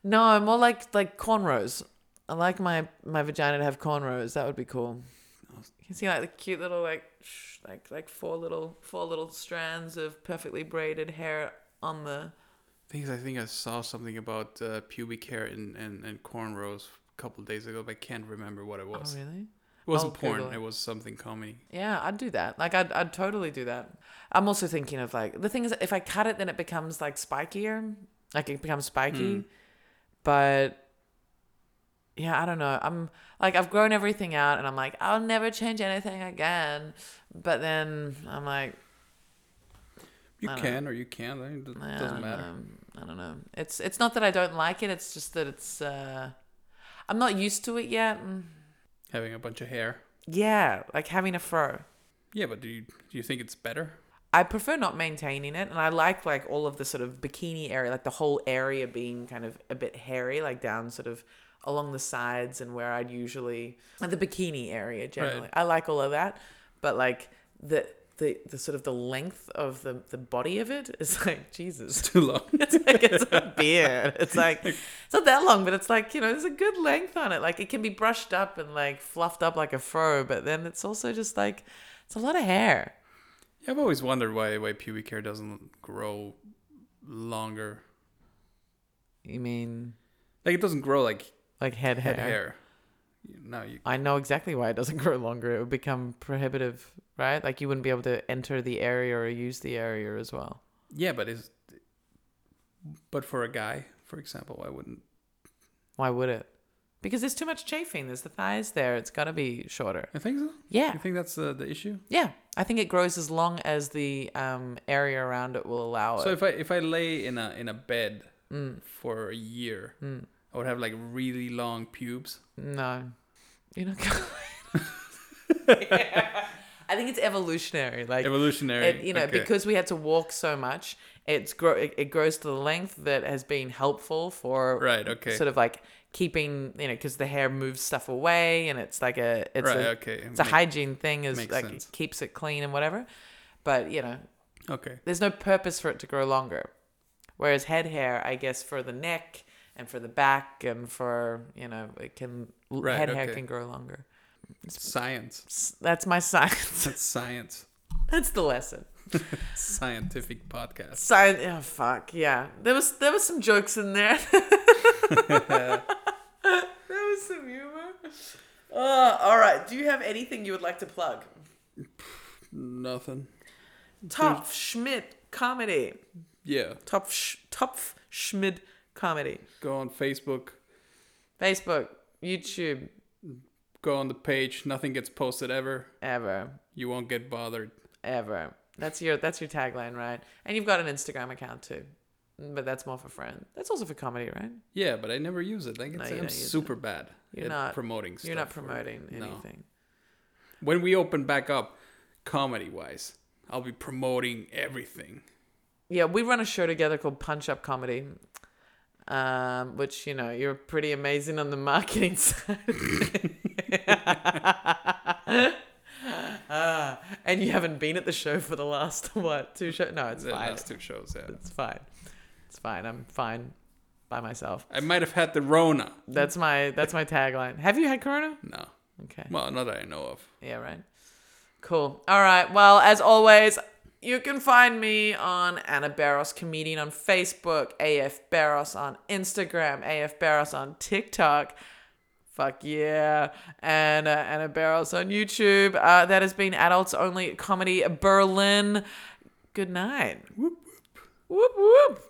Speaker 1: No, more like like cornrows. I like my my vagina to have cornrows. That would be cool. You can see like the cute little like sh- like like four little four little strands of perfectly braided hair on the
Speaker 2: Things I think I saw something about uh, pubic hair and, and, and cornrows a couple days ago, but I can't remember what it
Speaker 1: Oh,
Speaker 2: was.
Speaker 1: really?
Speaker 2: It wasn't
Speaker 1: I'll
Speaker 2: porn,
Speaker 1: Google it.
Speaker 2: it was something comedy.
Speaker 1: Yeah, I'd do that. Like, I'd, I'd totally do that. I'm also thinking of like, the thing is, if I cut it, then it becomes like spikier. Like, it becomes spiky.
Speaker 2: Hmm.
Speaker 1: But yeah, I don't know. I'm like, I've grown everything out and I'm like, I'll never change anything again. But then I'm like,
Speaker 2: You
Speaker 1: I don't
Speaker 2: can or you can't. I mean, It
Speaker 1: I
Speaker 2: doesn't
Speaker 1: don't
Speaker 2: matter.
Speaker 1: Know. I don't know. It's, it's not that I don't like it, it's just that it's, uh, I'm not used to it yet. Mm.
Speaker 2: Having a bunch of hair.
Speaker 1: Yeah, like having a fro.
Speaker 2: Yeah, but do you, do you think it's better?
Speaker 1: I prefer not maintaining it, and I like like all of the sort of bikini area, like the whole area being kind of a bit hairy, like down sort of along the sides and where I'd usually like the bikini area generally. I like all of that, but like the the the sort of the length of the the body of it is like Jesus.
Speaker 2: Too long.
Speaker 1: It's like it's a beard. It's like it's not that long, but it's like you know, there's a good length on it. Like it can be brushed up and like fluffed up like a fro, but then it's also just like it's a lot of hair.
Speaker 2: Yeah, I've always wondered why, why pubic hair doesn't grow longer.
Speaker 1: You mean
Speaker 2: Like, it doesn't grow like
Speaker 1: like head hair.
Speaker 2: head hair. No, you
Speaker 1: I know exactly why it doesn't grow longer. It would become prohibitive, right? Like you wouldn't be able to enter the area or use the area as well.
Speaker 2: Yeah, but is but for a guy, for example, I wouldn't.
Speaker 1: Why would it? Because there's too much chafing. There's the thighs there. It's got to be shorter.
Speaker 2: I think so.
Speaker 1: Yeah.
Speaker 2: You think that's uh, the the issue?
Speaker 1: Yeah. I think it grows as long as the um, area around it will allow
Speaker 2: So
Speaker 1: it.
Speaker 2: if I if I lay in a in a bed
Speaker 1: Mm.
Speaker 2: for a year, I would have like really long pubes.
Speaker 1: No. You're not going. I think it's evolutionary. Like
Speaker 2: Evolutionary,
Speaker 1: it, you know,
Speaker 2: okay.
Speaker 1: because we had to walk so much, it's grow it, it grows to the length that has been helpful for
Speaker 2: Right, okay.
Speaker 1: sort of like keeping you know because the hair moves stuff away and it's like a it's
Speaker 2: Right,
Speaker 1: a,
Speaker 2: okay,
Speaker 1: it's a
Speaker 2: make-
Speaker 1: hygiene thing is
Speaker 2: makes
Speaker 1: like
Speaker 2: sense.
Speaker 1: it keeps it clean and whatever, but you know
Speaker 2: okay,
Speaker 1: there's no purpose for it to grow longer, whereas head hair I guess for the neck and for the back and for you know it can
Speaker 2: Right,
Speaker 1: head hair
Speaker 2: okay.
Speaker 1: can grow longer.
Speaker 2: science.
Speaker 1: S- That's my science.
Speaker 2: That's science.
Speaker 1: That's the lesson.
Speaker 2: Scientific podcast.
Speaker 1: Science. Oh fuck yeah. There was there was some jokes in there. there was some humor. Oh, all right. Do you have anything you would like to plug?
Speaker 2: Nothing.
Speaker 1: Topf Schmidt comedy.
Speaker 2: Yeah,
Speaker 1: Topf Sch- Topf Schmidt comedy.
Speaker 2: go on Facebook.
Speaker 1: Facebook, YouTube,
Speaker 2: Go on the page. Nothing gets posted ever.
Speaker 1: ever,
Speaker 2: You won't get bothered.
Speaker 1: ever. That's your that's your tagline, right? And you've got an Instagram account too, but that's more for friends. That's also for comedy, right?
Speaker 2: Yeah, but I never use it. Like
Speaker 1: No,
Speaker 2: it's,
Speaker 1: you don't
Speaker 2: I'm
Speaker 1: use it.
Speaker 2: super bad
Speaker 1: You're
Speaker 2: at
Speaker 1: not-
Speaker 2: promoting. Stuff
Speaker 1: You're not
Speaker 2: or-
Speaker 1: promoting
Speaker 2: No.
Speaker 1: anything.
Speaker 2: When we open back up, comedy wise, I'll be promoting everything.
Speaker 1: yeah, we run a show together called Punch Up Comedy, um, which you know you're pretty amazing on the marketing side, Ah, and you haven't been at the show for the last what two shows? No, it's
Speaker 2: the
Speaker 1: fine.
Speaker 2: last two shows. Yeah.
Speaker 1: It's fine. It's fine. I'm fine by myself.
Speaker 2: I might have had the Rona.
Speaker 1: That's my that's my tagline. Have you had Corona?
Speaker 2: No,
Speaker 1: Okay.
Speaker 2: well, not that I know of.
Speaker 1: Yeah, right. Cool. All right. Well, as always, you can find me on Anna Barros Comedian on Facebook, AF Barros on Instagram, AF Barros on TikTok. Fuck yeah. And uh, Anna Barros on YouTube. Uh, that has been Adults Only Comedy Berlin. Good night. Whoop, whoop. Whoop, whoop.